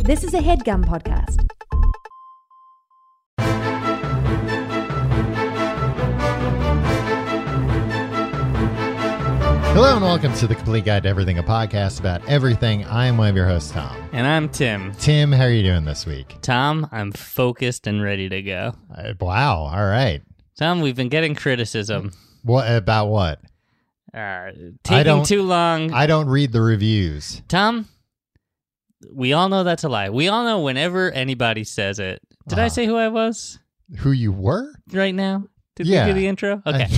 This is a headgum podcast. Hello and welcome to the Complete Guide to Everything, a podcast about everything. I am one of your hosts, Tom. And I'm Tim. Tim, how are you doing this week? Tom, I'm focused and ready to go. Uh, wow. All right. Tom, we've been getting criticism. What about what? Uh, I taking don't- too long. I don't read the reviews. Tom, we all know that's a lie. We all know whenever anybody says it. Did I Uh-huh. say who I was Who you were? right now? Did Yeah. we do the intro? Okay.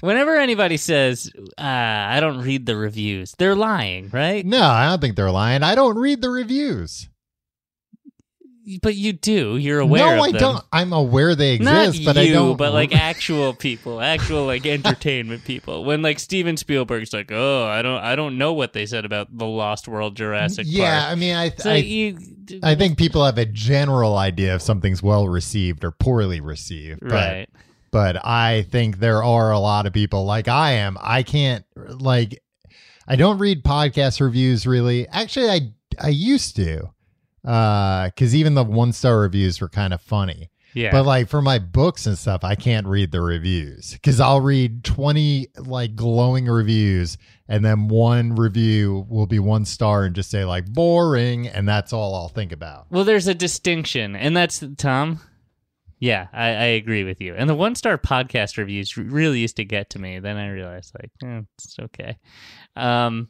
whenever anybody says, uh, I don't read the reviews, they're lying, right? no, I don't think they're lying. I don't read the reviews. But you do. You're no, aware of I them. don't. I'm aware they Not exist, you, but I don't. but like actual people, actual like entertainment people. When like Steven Spielberg's like, oh, I don't, I don't know what they said about the Lost World Jurassic yeah, Park. I mean, I, So I, you, I think people have a general idea if something's well received or poorly received, but right? but I think there are a lot of people like I am. I can't like I don't read podcast reviews really. Actually, I I used to because even the one star reviews were kind of funny. Yeah, But like for my books and stuff, I can't read the reviews because I'll read twenty like glowing reviews and then one review will be one star and just say like boring, and that's all I'll think about. Well, there's a distinction, and that's Tom. Yeah, I, I agree with you. And the one star podcast reviews r- really used to get to me. Then I realized, like, eh, it's okay. Um,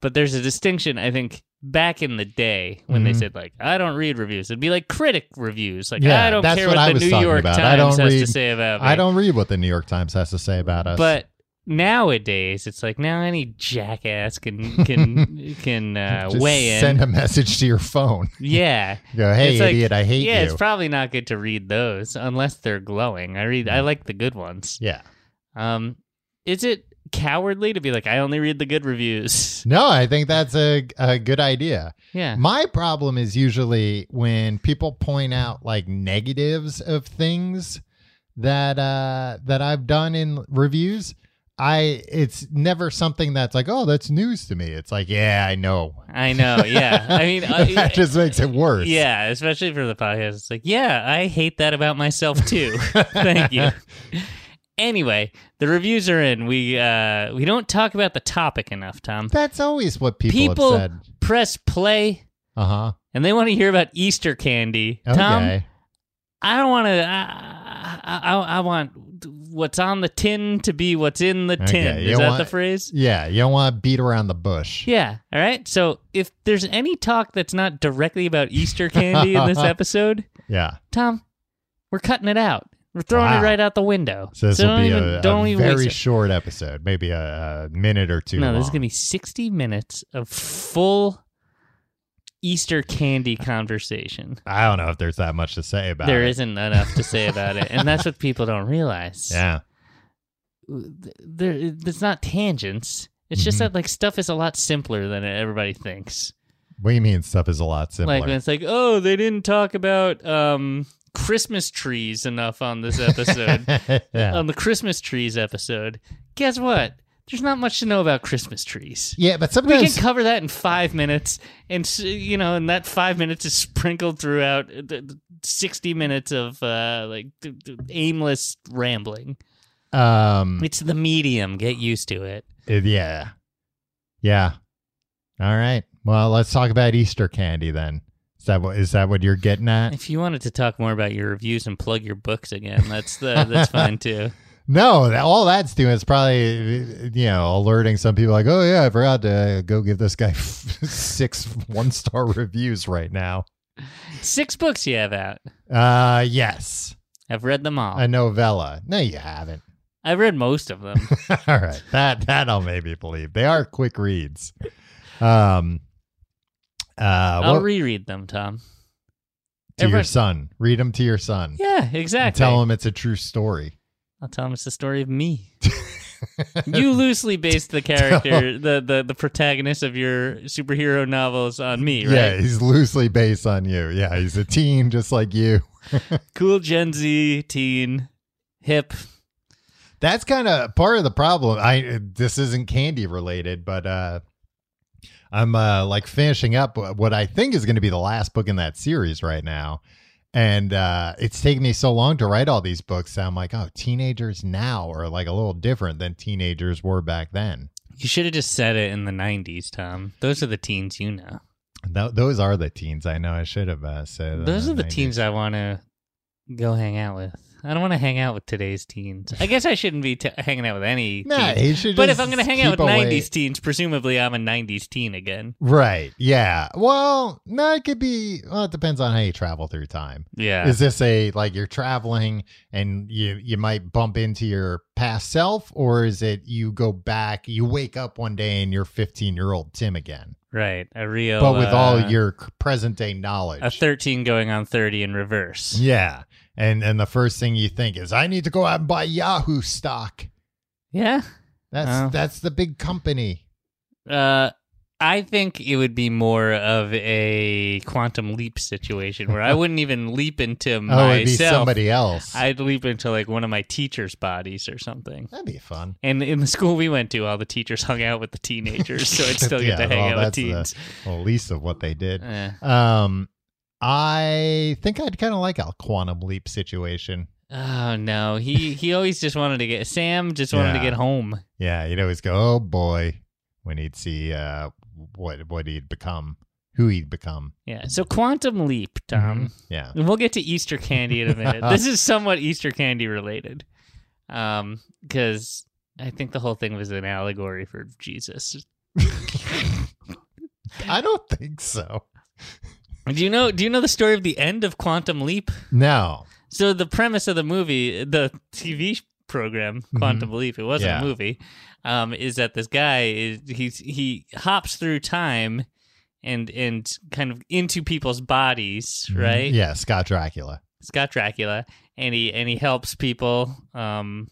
but there's a distinction, I think. Back in the day, when they Mhm. said like I don't read reviews, it'd be like critic reviews. Like Yeah, I don't that's care what what, I was the New talking York about. Times I don't has to read- say about me. I don't read what the New York Times has to say about us. But nowadays, it's like now any jackass can can can uh, Just weigh in. send a message to your phone. yeah, Go, hey, It's like, idiot, I hate yeah, you. it's probably not good to read those unless they're glowing. I read, Mm. I like the good ones. yeah. Um, is it cowardly to be like, I only read the good reviews? No, I think that's a, a good idea. Yeah, My problem is usually when people point out like negatives of things that uh that I've done in reviews. I it's never something that's like, oh, that's news to me. It's like, yeah, I know. I know. Yeah, I mean, I, that just makes it worse. yeah, especially for the podcast, it's like, yeah, I hate that about myself too. Thank you. Anyway, the reviews are in. We uh, we don't talk about the topic enough, Tom. That's always what people, People have said. press play, Uh huh. and they want to hear about Easter candy. Okay. Tom, I don't want to. I, I, I, I want what's on the tin to be what's in the Okay, tin. you Is that the want- phrase? yeah, you don't want to beat around the bush. Yeah. All right. So if there's any talk that's not directly about Easter candy in this episode, yeah. Tom, we're cutting it out. We're throwing Wow. it right out the window. So this will don't be even, a, don't a even very waste it. short episode, maybe a, a minute or two. No, long. this is gonna be 60 minutes of full Easter candy conversation. I don't know if there's that much to say about There it. isn't enough to say about it, and that's what people don't realize. Yeah. th- there it's not tangents. It's just Mhm. that like stuff is a lot simpler than everybody thinks. What do you mean? Stuff is a lot simpler. Like when it's like, oh, they didn't talk about um Christmas trees enough on this episode. yeah. on the Christmas trees episode. Guess what? There's not much to know about Christmas trees. yeah, but We can sometimes cover that in five minutes, and s- you know, and that five minutes is sprinkled throughout uh, th- th- sixty minutes of uh, like th- th- aimless rambling. um, It's the medium. Get used to it. it- yeah, yeah. All right. Well, let's talk about Easter candy then. Is that what is that what you're getting at? If you wanted to talk more about your reviews and plug your books again, that's the, that's fine too. No, that, all that's doing is probably you know alerting some people like, oh yeah, I forgot to go give this guy six one star reviews right now. Six books you have out. Uh, yes. I've read them all. a novella. No, you haven't. I've read most of them. All right, that that I'll maybe believe. They are quick reads. Um, uh, I'll what- reread them, Tom. to your everyone- son. Read them to your son. Yeah, And exactly. tell him it's a true story. I'll tell him it's the story of me. you loosely based the character, the, the the protagonist of your superhero novels on me, right? Yeah, he's loosely based on you. Yeah, he's a teen just like you. Cool Gen Z teen, hip. That's kind of part of the problem. I this isn't candy related, but uh I'm uh, like finishing up what I think is going to be the last book in that series right now. And uh, it's taken me so long to write all these books. that I'm like, oh, teenagers now are like a little different than teenagers were back then. You should have just said it in the 90s, Tom. Those are the teens you know. Th- those are the teens. I know I should have uh, said. in Those are the 90s. teens I want to go hang out with. I don't want to hang out with today's teens. I guess I shouldn't be t- hanging out with any Nah, teens. he should But if just I'm going to hang out with keep away- 90s teens, presumably I'm a 90s teen again. Right. Yeah. Well, no, it could be. Well, it depends on how you travel through time. Yeah. Is this a like you're traveling and you you might bump into your past self, or is it you go back, you wake up one day and you're 15 year old Tim again, right. A real. but with all uh, your present day knowledge? A 13 going on 30 in reverse. yeah. And and the first thing you think is, I need to go out and buy Yahoo stock. Yeah. That's Oh. that's the big company. Uh, I think it would be more of a quantum leap situation where I wouldn't even leap into Oh, it'd be myself. somebody else. I'd leap into like one of my teachers' bodies or something. That'd be fun. And in the school we went to, all the teachers hung out with the teenagers, so I'd still get Yeah, to hang well, out with that's the- teens. Well, least of what they did. Eh. Um, I think I'd kind of like a quantum leap situation. Oh no, he he always just wanted to get Sam just wanted to Yeah. get home. Yeah, you'd always go, oh boy, when he'd see uh what what he'd become, who he'd become. Yeah, so quantum leap, Tom. Yeah, And We'll get to Easter candy in a minute. this is somewhat Easter candy related, um, because I think the whole thing was an allegory for Jesus. I don't think so. Do you know? Do you know the story of the end of Quantum Leap? No, So the premise of the movie, the TV program Quantum Leap, it wasn't Mm-hmm. Yeah. a movie, um, is that this guy is he's he hops through time and and kind of into people's bodies, right? Mm-hmm. Yeah, Scott Dracula. Scott Dracula, and he and he helps people um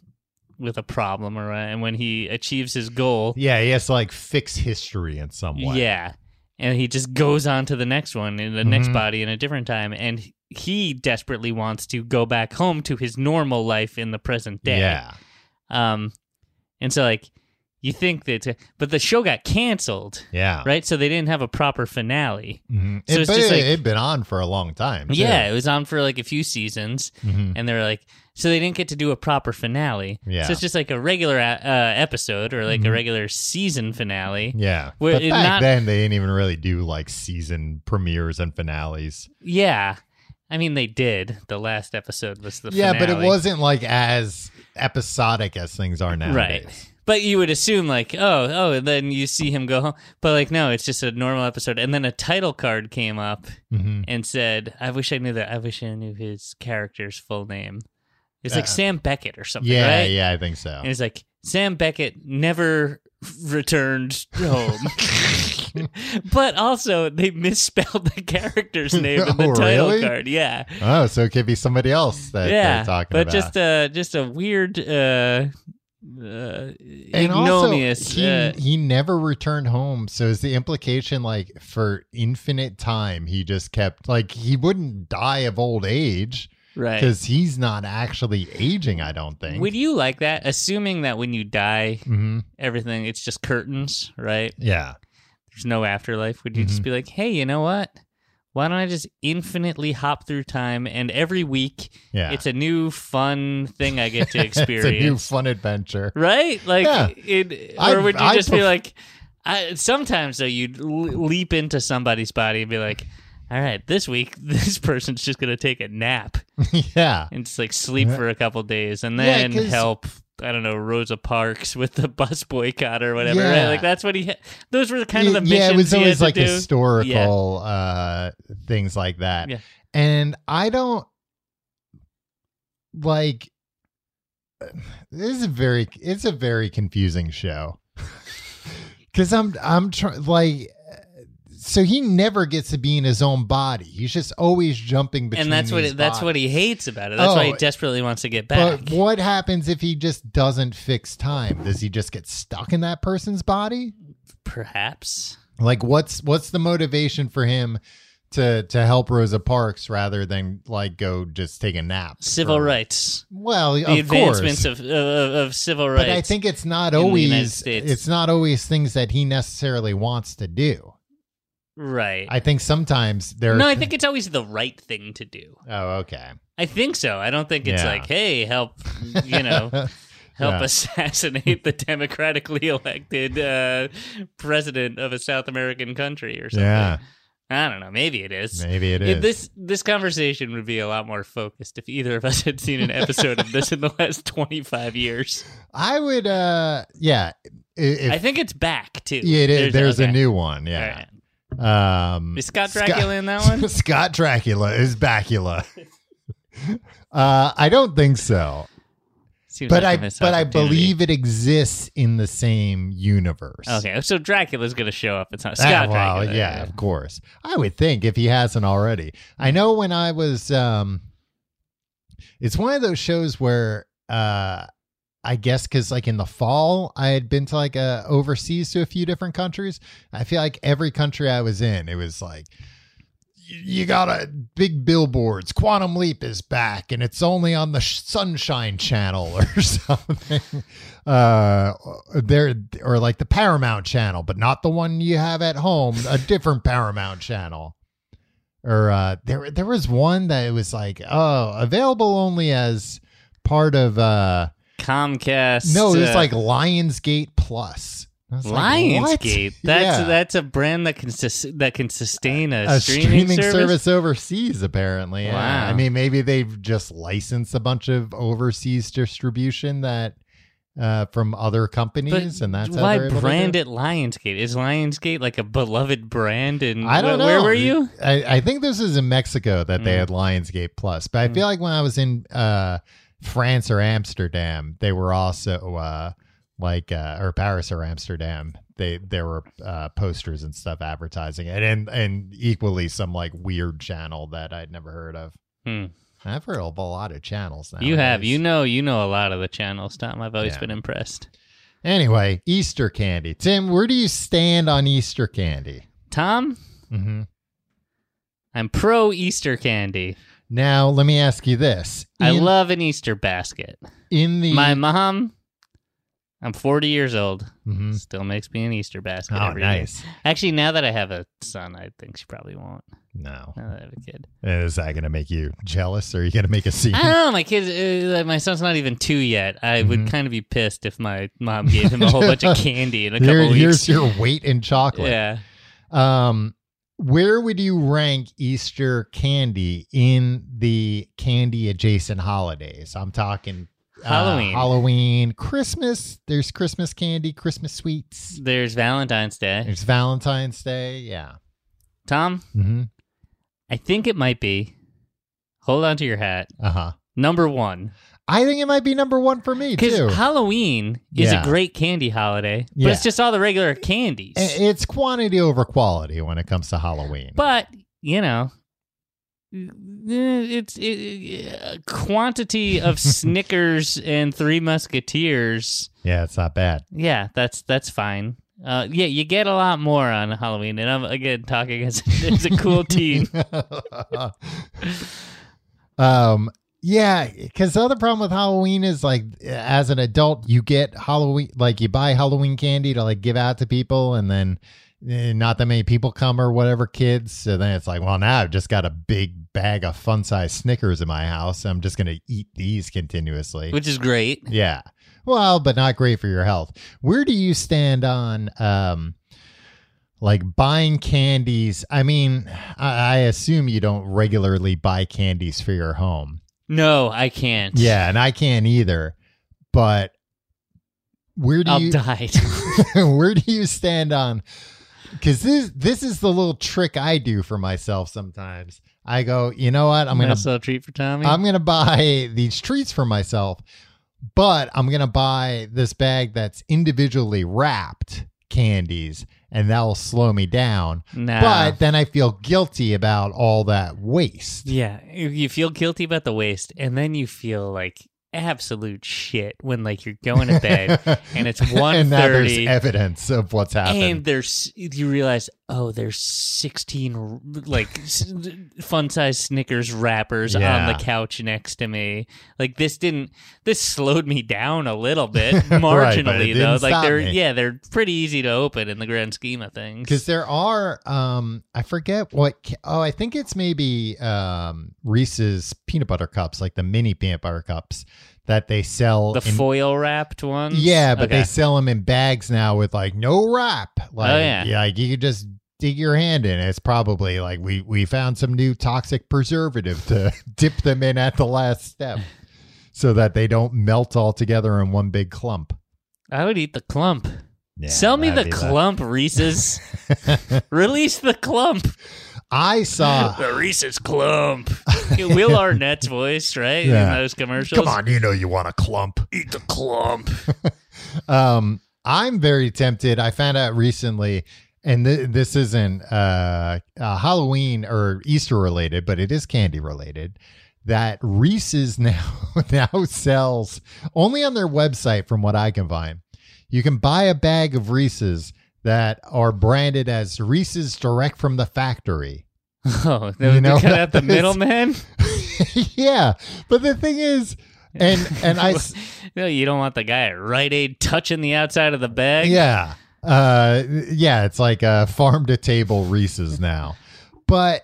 with a problem or and when he achieves his goal, Yeah, he has to like fix history in some way. yeah. And he just goes on to the next one in the next Mhm. body in a different time and he desperately wants to go back home to his normal life in the present day. yeah. Um, and so like you think that, but the show got canceled, yeah. right? So they didn't have a proper finale. Mhm. So It- it's but just it, like- it'd been on for a long time. too. Yeah, it was on for like a few seasons, Mhm. and they were like, so they didn't get to do a proper finale. Yeah. So it's just like a regular uh, episode or like a Mhm. regular season finale. Yeah. Where but it back not- then they didn't even really do like season premieres and finales. Yeah. I mean, they did. The last episode was the yeah, but it finale. wasn't like as episodic as things are nowadays. Right. But you would assume like, oh, oh, and then you see him go home. But like, no, it's just a normal episode. And then a title card came up, hmm and said, "I wish I knew that. I wish I knew his character's full name." It's like Uh, Sam Beckett or something, Yeah, right? yeah, I think so. And it's like Sam Beckett never returned home. but also, they misspelled the character's name in the Oh, title really? card. Yeah, Oh, so it could be somebody else that yeah. they're talking but about. just a just a weird, uh, uh, and ignominious. also, he, uh, he never returned home. So is the implication like for infinite time he just kept like he wouldn't die of old age right. because he's not actually aging. I don't think. Would you like that? Assuming that when you die, hmm everything it's just curtains, right? Yeah. there's no afterlife, would you just Mhm. be like, hey, you know what? Why don't I just infinitely hop through time and every week Yeah. it's a new fun thing I get to experience? it's a new fun adventure. right? Like, Yeah. it, I'd- or would you I'd just be pref- like, I, sometimes though, you'd l- leap into somebody's body and be like, all right, this week, this person's just going to take a nap yeah. and just like sleep Yeah. for a couple days and Yeah, then 'cause- help. I don't know Rosa Parks with the bus boycott or whatever. Right? Yeah. Like that's what he. Ha- those were kind of the yeah, it missions was he had always to like do. historical uh, things like that. Yeah. And I don't like this is very it's a very confusing show because I'm I'm trying like so he never gets to be in his own body. He's just always jumping between. and that's what these that's what bodies. he hates about it. That's why he Oh, desperately wants to get back. But what happens if he just doesn't fix time? Does he just get stuck in that person's body? Perhaps like what's what's the motivation for him to to help Rosa Parks rather than like go just take a nap. Civil for- rights. Well, The of course. advancements of, of of civil rights. but I think it's not in the United always States. it's not always things that he necessarily wants to do. right. I think sometimes there. no, I think it's always the right thing to do. Oh, okay. I think so. I don't think it's Yeah. like, hey, help, you know, help Yeah. assassinate the democratically elected uh, president of a South American country or something. yeah, I don't know. Maybe it is. maybe it Yeah, is. This this conversation would be a lot more focused if either of us had seen an episode of this in the last twenty five years. I would. uh Yeah, i- if, I think it's back too. yeah, it is. There's, a okay. new one. All Yeah. right. Um, Is Scott Dracula in that one? Scott Dracula is Bacula. uh, I don't think so, Seems but like I a missed but I opportunity. believe it exists in the same universe. Okay, so Dracula's gonna show up. It's not Ah, Scott well, Dracula. yeah, of course. I would think if he hasn't already. I know when I was um it's one of those shows where uh I guess cuz like in the fall I had been to like uh overseas to a few different countries. I feel like every country I was in it was like y- you got to big billboards. Quantum Leap is back, and it's only on the Sh- Sunshine Channel or something. Uh, there or like the Paramount Channel, but not the one you have at home. A different Paramount Channel. Or uh, there there was one that it was like oh available only as part of uh Comcast. no it was uh, like Lionsgate Plus. I was like, what? Lionsgate. that's Yeah. that's a brand that can sus- that can sustain a, a streaming, service. overseas apparently yeah. Wow. i mean maybe they've just licensed a bunch of overseas distribution that uh, from other companies and that's how why they're able to do brand it Lionsgate? Is Lionsgate like a beloved brand? And I don't know. Where were you? I, I think this is in Mexico that they Mm. had Lionsgate Plus, but I Mm. feel like when I was in uh, France or Amsterdam, they were also uh, like uh, or Paris or Amsterdam. They there were uh, posters and stuff advertising it, and and equally some like weird channel that I'd never heard of. Hmm. I've heard of a lot of channels now. You have. You know. You know a lot of the channels, Tom. I've always Yeah. been impressed. Anyway, Easter candy. Tim, where do you stand on Easter candy? Tom, Mm-hmm. hmm I'm pro Easter candy. Now, let me ask you Mm. this. I In- love an Easter basket. in the My mom. I'm 40 years old. Mhm. Still makes me an Easter basket. Oh, every year. nice. Actually, now that I have a son, I think she probably won't. No. Now that I have a kid. Is that going to make you jealous or are you going to make a scene? I don't know. My kids, uh, like, my son's not even two yet. I would Mhm. kind of be pissed if my mom gave him a whole bunch of candy in a couple Here- weeks. Here's your weight in chocolate. yeah, Um, where would you rank Easter candy in the candy adjacent holidays? I'm talking uh, Halloween. Halloween, Christmas. There's Christmas candy, Christmas sweets. There's Valentine's Day. There's Valentine's Day. Yeah. Tom, Mm-hmm. I think it might be. Hold on to your hat. Uh huh. Number one, I think it might be number one for me because too. Halloween is Yeah. a great candy holiday, but Yeah. it's just all the regular candies. I- it's quantity over quality when it comes to Halloween. but you know, eh, it's it, uh, quantity of Snickers and Three Musketeers. yeah, it's not bad. Yeah, that's that's fine. Uh, yeah, you get a lot more on Halloween, and I'm again talking as, as a cool teen. um yeah because the other problem with halloween is like as an adult you get halloween like you buy halloween candy to like give out to people and then eh, not that many people come or whatever kids so then it's like well now i've just got a big bag of fun size snickers in my house i'm just gonna eat these continuously which is great. yeah. Well, but not great for your health. Where do you stand on um like buying candies? I mean, I, I assume you don't regularly buy candies for your home. No, I can't. Yeah, and I can't either. But where do I'll you die. where do you stand on because this this is the little trick I do for myself sometimes. I go, you know what? I'm gonna nice little treat for Tommy. I'm gonna buy these treats for myself, but I'm gonna buy this bag that's individually wrapped candies, and that'll slow me down. nah. But then I feel guilty about all that waste. yeah, you you feel guilty about the waste, and then you feel like absolute shit when like you're going to bed and it's and now there's 1.30 evidence of what's happened. and there's you realize oh, there's 16 r- like fun size Snickers wrappers on Yeah. the couch next to me. Like this didn't this slowed me down a little bit marginally but it though. didn't like stop they're me. yeah, they're pretty easy to open in the grand scheme of things. because there are um i forget what ca- oh i think it's maybe um reese's peanut butter cups like the mini peanut butter cups that they sell the in, foil wrapped ones. yeah but Okay. Oh, they sell them in bags now with like no wrap like yeah. like you could just dig your hand in it's probably like we we found some new toxic preservative to dip them in at the last step so that they don't melt all together in one big clump I would eat the clump. yeah, Sell me the that'd be clump, Reese's. Release the clump. i saw The Reese's clump. Will Arnett's voice, right? Yeah. In those commercials. come on you know you want a clump Eat the clump. Um, I'm very tempted. I found out recently, and th- this isn't uh, uh, Halloween or Easter related, but it is candy related. That Reese's now now sells only on their website, from what I can find. You can buy a bag of Reese's that are branded as Reese's direct from the factory. Oh, You they, know, they cut out the that is- middleman? yeah, but the thing is, and and I s- No, you don't want the guy at Rite Aid touching the outside of the bag. Yeah. Uh yeah, it's like a farm to table Reese's now. But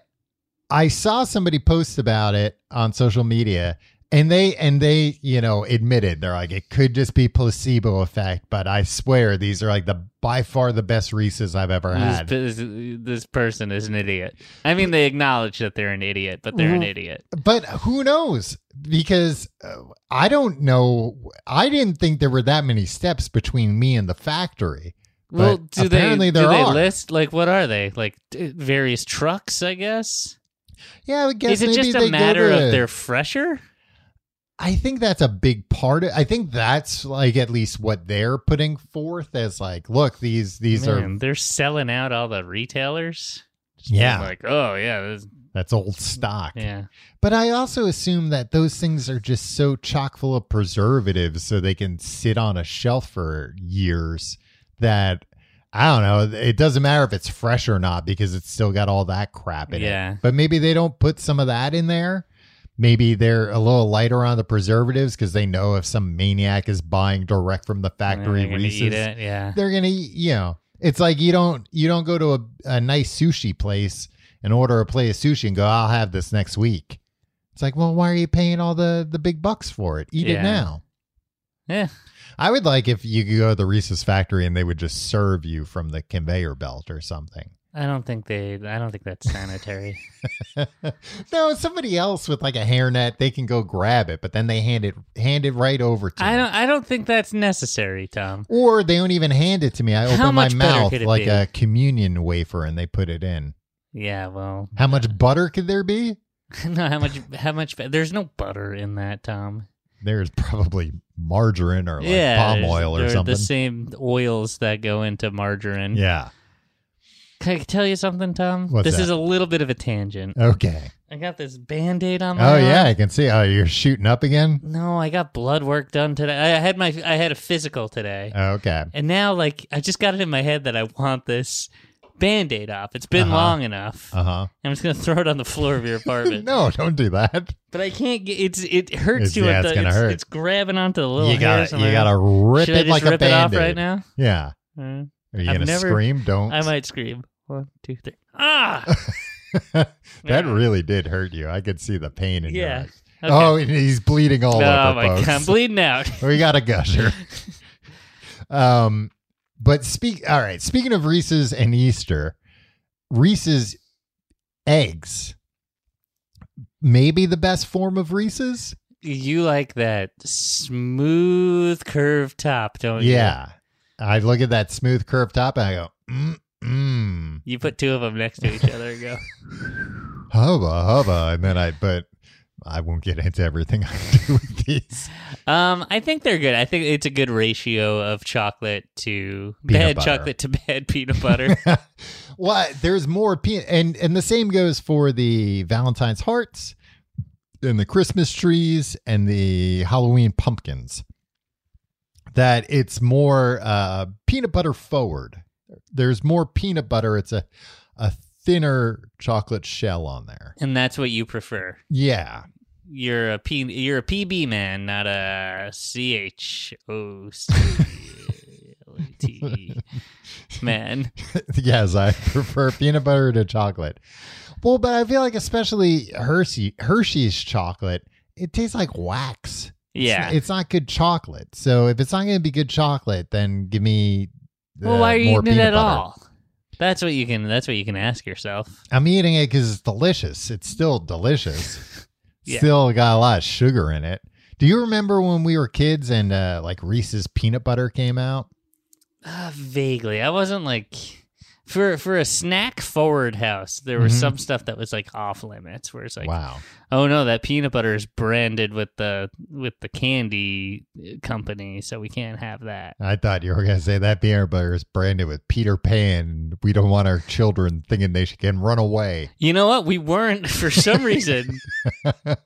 I saw somebody post about it on social media and they and they, you know, admitted they're like it could just be placebo effect, but I swear these are like the by far the best Reese's I've ever This, had. this, this person is an idiot. I mean, they acknowledge that they're an idiot, but they're an Mhm. idiot. But who knows? Because uh, I don't know. I didn't think there were that many steps between me and the factory. Well, But do apparently they do there they are. list like what are they like t- various trucks? I guess. Yeah, I guess is it maybe just they go a matter to- of they're fresher? I think that's a big part of I think that's like at least what they're putting forth as like, look, these these Man, are they're selling out all the retailers. Just Yeah. being like oh yeah, this, that's old stock. yeah. But I also assume that those things are just so chock full of preservatives so they can sit on a shelf for years that I don't know, it doesn't matter if it's fresh or not because it's still got all that crap in Yeah. it. But maybe they don't put some of that in there. Maybe they're a little lighter on the preservatives because they know if some maniac is buying direct from the factory They're gonna Reese's, eat it. Yeah. they're gonna eat, you know it's like you don't you don't go to a, a nice sushi place and order a plate of sushi and go i'll have this next week it's like well why are you paying all the the big bucks for it eat Yeah. it now Yeah. i would like if you could go to the reese's factory and they would just serve you from the conveyor belt or something I don't think they. I don't think that's sanitary. no somebody else with like a hairnet they can go grab it but then they hand it hand it right over to I you. don't. I don't think that's necessary, Tom. or they don't even hand it to me i How open my much better mouth could it like be? a communion wafer and they put it in Yeah. Well, How much butter could there be? no. How much? How much? ba- There's no butter in that, Tom. There's probably margarine or like yeah. palm there's- oil or they're something. The same oils that go into margarine. Yeah. Can I tell you something, Tom? What's this that? is a little bit of a tangent. Okay. I got this band-aid on my. Oh arm. yeah, I can see. Oh, you're shooting up again. No, I got blood work done today. I I had my. I had a physical today. Okay. And now, like, I just got it in my head that I want this band aid off. It's been Uh-huh. long enough. Uh huh. I'm just going to throw it on the floor of your apartment. No, don't do that. But I can't get it's. It hurts It's- you. yeah, at it's the, gonna it's, hurt. it's grabbing onto the little You hairs gotta, on you my- gotta rip Should I it just like rip a it band off right now? Yeah. Uh, Are you I've gonna never- scream? Don't. I might scream. One, two, three. Ah. that Yeah. really did hurt you. I could see the pain in your Yeah. eyes. Okay. Oh, and he's bleeding all oh over. my god! folks. I'm bleeding out. we got a gusher. um, but speak. All right. Speaking of Reese's and Easter, Reese's eggs, maybe the best form of Reese's. You like that smooth curved top, don't you? yeah, I look at that smooth curved top and I go, mm, mm, You put two of them next to each other and go. hubba hubba, and then I but. I won't get into everything I do with these. Um, I think they're good. I think it's a good ratio of chocolate to Peanut bad butter. chocolate to bad peanut butter. well, there's more pe- and and the same goes for the Valentine's hearts and the Christmas trees and the Halloween pumpkins. That it's more uh, peanut butter forward. there's more peanut butter. It's a a thinner chocolate shell on there. and that's what you prefer. Yeah. You're a P, you're a PB man, not a C H O C L E T man. yes, I prefer peanut butter to chocolate. Well, but I feel like especially Hershey Hershey's chocolate, it tastes like wax. It's Yeah. not- it's not good chocolate. So if it's not going to be good chocolate, then give me. uh, Well, why are you more eating it peanut at butter. all? That's what you can. That's what you can ask yourself. I'm eating it because it's delicious. It's still delicious. Yeah. Still got a lot of sugar in it. Do you remember when we were kids and uh, like Reese's peanut butter came out? Uh, vaguely, I wasn't like for for a snack forward house. There was Mhm. some stuff that was like off limits, where it's like, wow. oh no, that peanut butter is branded with the with the candy eh, company, so we can't have that. I thought you were going to say that peanut butter is branded with Peter Pan. We don't want our children thinking they should, can run away. You know what? We weren't for some reason.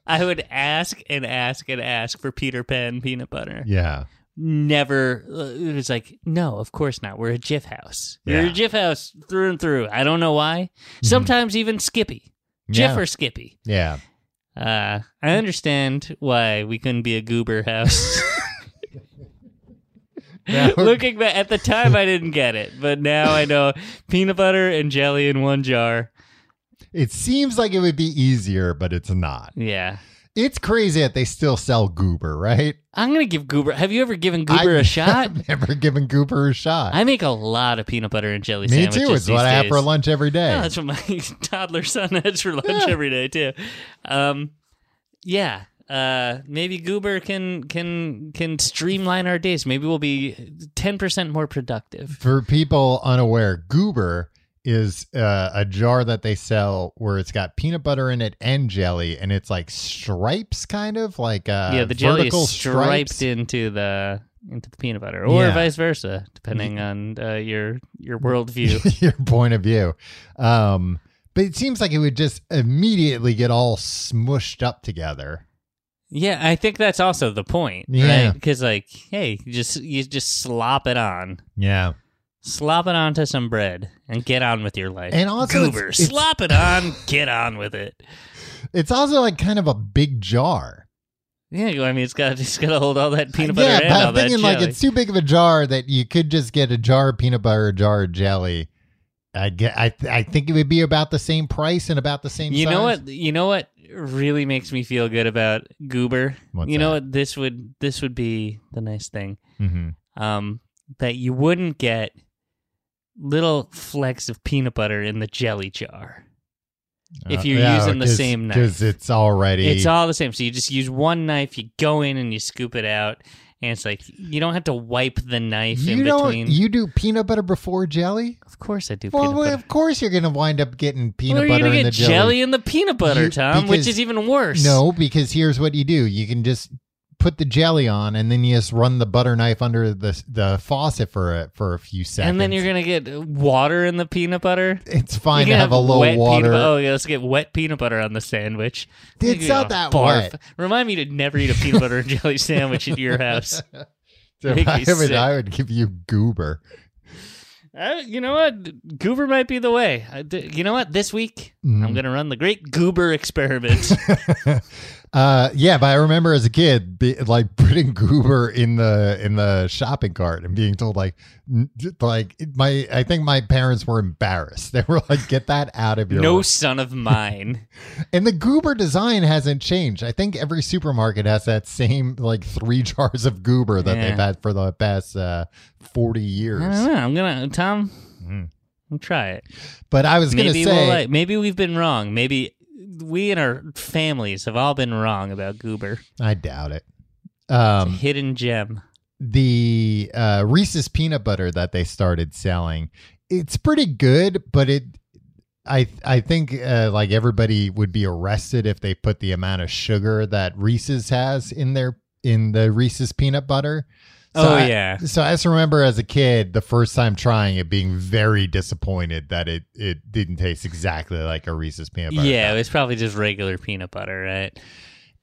I would ask and ask and ask for Peter Pan peanut butter. Yeah. Never. uh, It was like, no, of course not. We're a Jif house. You're Yeah. Mm-hmm. a Jif house through and through. I don't know why. Sometimes even Skippy, Jif Yeah. or Skippy. Yeah. Uh, I understand why we couldn't be a goober house. That would- Looking back at the time, I didn't get it, but now I know peanut butter and jelly in one jar. It seems like it would be easier, but it's not. Yeah, It's crazy that they still sell Goober, right? I'm gonna give goober. Have you ever given goober I've a shot? Never given Goober a shot. I make a lot of peanut butter and jelly Me sandwiches. too. It's these what I have days. for lunch every day. Yeah, that's what my toddler son has for lunch Yeah. every day too. Um, yeah. Uh, maybe Goober can can can streamline our days. Maybe we'll be ten percent more productive. for people unaware, Goober is uh, a jar that they sell where it's got peanut butter in it and jelly, and it's like stripes, kind of like uh, yeah, the jelly vertical is striped stripes. into the into the peanut butter, or Yeah. vice versa, depending on uh, your your worldview. your point of view. Um, but it seems like it would just immediately get all smushed up together. yeah, I think that's also the point, Yeah. Because like, hey, you just you just slop it on. Yeah. Slop it onto some bread and get on with your life. And also it's- Goober, it's- slop it on, get on with it. It's also like kind of a big jar. Yeah, I mean, it's got it's got to hold all that peanut butter Uh, yeah, and all I'm that jelly. thinking like it's too big of a jar that you could just get a jar of peanut butter, a jar of jelly. I get. I th- I think it would be about the same price and about the same. you know size. what? You know what really makes me feel good about Goober. What's you know that? what? This would this would be the nice thing. Mm-hmm. Um, that you wouldn't get little flecks of peanut butter in the jelly jar. Uh, If you're using the same knife. because it's already It's all the same. So you just use one knife. You go in and you scoop it out, and it's like you don't have to wipe the knife you in don't between. you do peanut butter before jelly. of course, I do. Well, peanut butter. of course you're gonna wind up getting peanut Well, butter you're gonna in the get jelly. in the peanut butter, You- Tom, which because- is even worse. No, because here's what you do: you can just put the jelly on, and then you just run the butter knife under the the faucet for a, for a few seconds, and then you're gonna get water in the peanut butter. It's fine You to can have, a wet little water. Peanut, bu- oh yeah, let's get wet peanut butter on the sandwich. It's You not know, that barf. wet. Remind me to never eat a peanut butter and jelly sandwich at your house. So Make me I, would, sick. I would give you goober. Uh, you know what? Goober might be the way. I d- you know what? This week Mm. I'm gonna run the great goober experiment. uh, yeah, but I remember as a kid, be, like putting goober in the in the shopping cart and being told like, n- like my I think my parents were embarrassed. They were like, "Get that out of your." no son of mine. and the goober design hasn't changed. I think every supermarket has that same like three jars of goober that Yeah. Uh-huh. they've had for the past uh, forty I years. don't know. I'm gonna Tom. Mm. I'll try it. But I was gonna maybe say, we'll like, maybe we've been wrong. Maybe we and our families have all been wrong about Goober. I doubt it. It's a Um, hidden gem. the uh, Reese's peanut butter that they started selling. It's pretty good, but it, I I think uh, like everybody would be arrested if they put the amount of sugar that Reese's has in their in the Reese's peanut butter. oh I- yeah. So I just remember as a kid, the first time trying it, being very disappointed that it it didn't taste exactly like a Reese's peanut butter. Yeah, it was probably just regular peanut butter, right?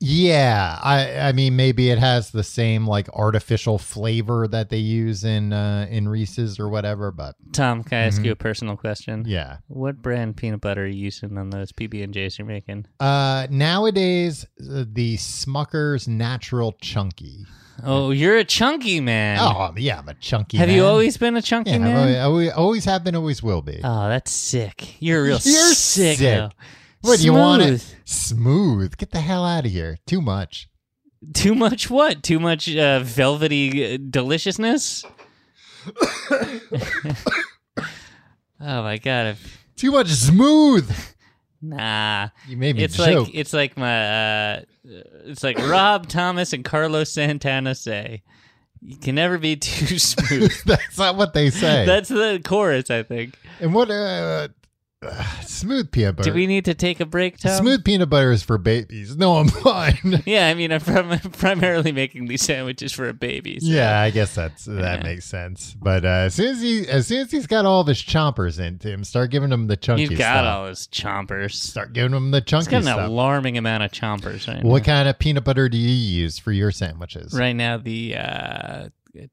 Yeah, I I mean maybe it has the same like artificial flavor that they use in uh in Reese's or whatever, but Tom, can I ask Mhm. you a personal question? yeah. What brand peanut butter are you using on those PB and J's you're making? Uh nowadays uh, the Smucker's natural chunky. Oh, you're a chunky man. Oh, yeah, I'm a chunky. have you man. always been a chunky Yeah, I've man? always, always, always have been, always will be. Oh, that's sick. You're real You're sick. sick. though. What, do you want it- Smooth. Smooth. Get the hell out of here. Too much. Too much what? Too much uh, velvety uh, deliciousness? oh my god. I've- Too much smooth. Nah. You made me It's joke. like it's like my uh, it's like Rob Thomas and Carlos Santana say. You can never be too smooth. That's not what they say. That's the chorus, I think. and what uh, uh, smooth peanut butter. Do we need to take a break, Tom? Smooth peanut butter is for babies. No, I'm fine. Yeah, I mean, I'm prim- primarily making these sandwiches for a baby. so- yeah, I guess that's that Yeah. makes sense. But uh, as soon as he as soon as he's got all of his chompers into him, start giving him the chunky You've got stuff. all his chompers. Start giving him the It's chunky got an stuff. alarming amount of chompers right What now. kind of peanut butter do you use for your sandwiches? Right now, the uh,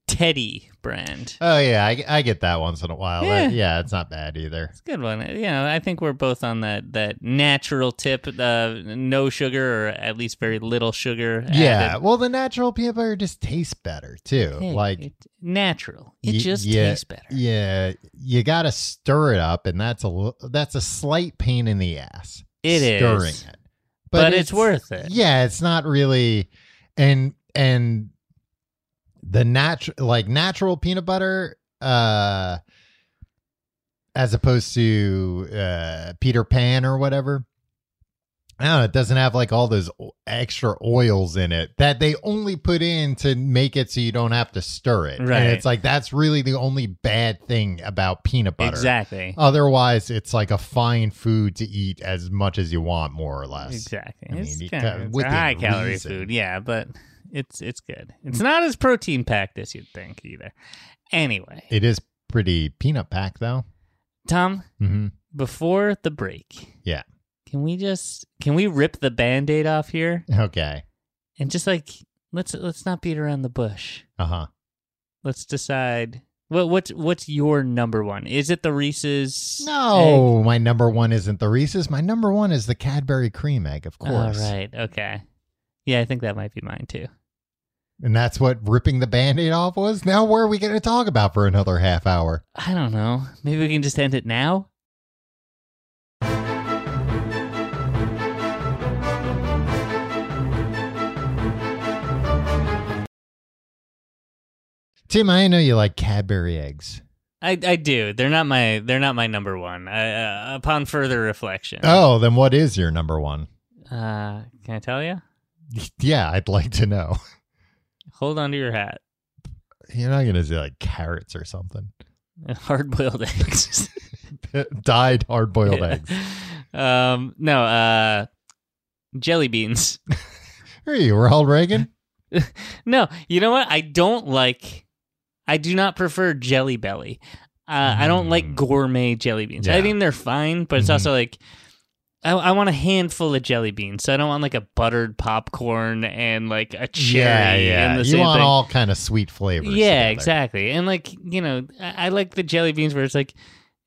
Teddy brand. Oh yeah, I, I get that once in a while. That- Yeah. Yeah, it's not bad either. It's a good one. You know, I think we're both on that that natural tip, uh, no sugar or at least very little sugar. Yeah, added. well, the natural peanut butter just tastes better too. Hey, like, it- natural. It Y- just yeah, tastes better. yeah, you gotta stir it up, and that's a li- that's a slight pain in the ass. It is. stirring it, But it's worth it. Yeah, it's not really, and and the natural like natural peanut butter, uh, as opposed to uh Peter Pan or whatever. I don't know. It doesn't have like all those o- extra oils in it that they only put in to make it so you don't have to stir it. Right. And it's like that's really the only bad thing about peanut butter. Oh, Exactly. Otherwise, it's like a fine food to eat as much as you want, more or less. Exactly. I mean, it's you kind ca- of, it's a within high calorie reason. food, yeah, but it's it's good. It's not as protein packed as you'd think either. Anyway, It is pretty peanut pack though. Tom, hmm before the break, Yeah. can we just can we rip the band aid off here Okay. and just like let's let's not beat around the bush. Uh huh. Let's decide. What what's what's your number one? Is it the Reese's? egg? No, Oh, my number one isn't the Reese's. My number one is the Cadbury cream egg, of All course. right. Okay. Yeah, I think that might be mine too. And that's what ripping the band-aid off was. Now what are we going to talk about for another half hour? I don't know. Maybe we can just end it now. Tim, I know you like Cadbury eggs. I, I do. They're not my they're not my number one. I, uh, upon further reflection. Oh, then what is your number one? Uh, can I tell you? Yeah, I'd like to know. Hold on to your hat. You're not going to say like carrots or something. Hard boiled eggs. Dyed hard-boiled eggs. Um, no. Uh, jelly beans. Are you Ronald Reagan? No. You know what? I don't like. I do not prefer Jelly Belly. Uh, I don't like Mm. gourmet jelly beans. I Yeah. think they're fine, but it's Mhm. also like. I, I want a handful of jelly beans, so I don't want like a buttered popcorn and like a cherry. And the You same want thing. all kind of sweet flavors. Yeah, together. exactly. And like you know, I, I like the jelly beans where it's like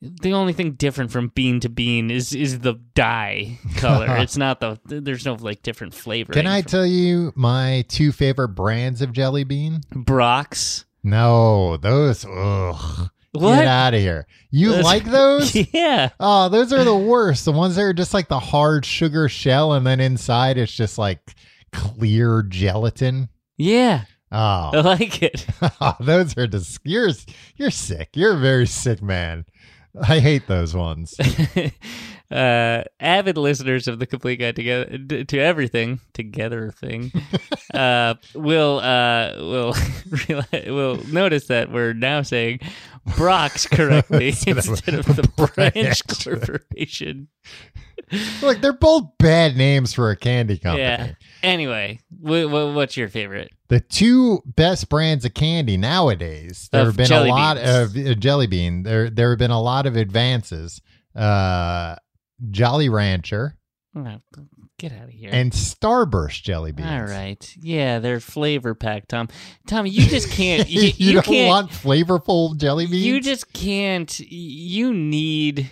the only thing different from bean to bean is is the dye color. it's not the there's no like different flavor. Can I tell you my two favorite brands of jelly bean? Brock's? No, those. Ugh. Get What? out of here. You Those- like those? yeah. Oh, those are the worst. The ones that are just like the hard sugar shell, and then inside it's just like clear gelatin. Yeah. I Oh, like it. those are just you're you're sick. You're a very sick man. I hate those ones. uh, avid listeners of the complete guide together d- to everything together thing uh, will uh, will realize, will notice that we're now saying Brock's correctly Instead of- instead of the branch Branch. corporation. Look, they're both bad names for a candy company. Yeah. Anyway, wh- wh- what's your favorite? the two best brands of candy nowadays. There Of have been a jelly lot beans. of uh, jelly bean. There there have been a lot of advances. Uh, Jolly Rancher. Oh, Get out of here. and Starburst jelly beans. All right. Yeah, they're flavor packed, Tom. Tom, you just can't. You, you, you don't can't, want flavorful jelly beans. You just can't. You need.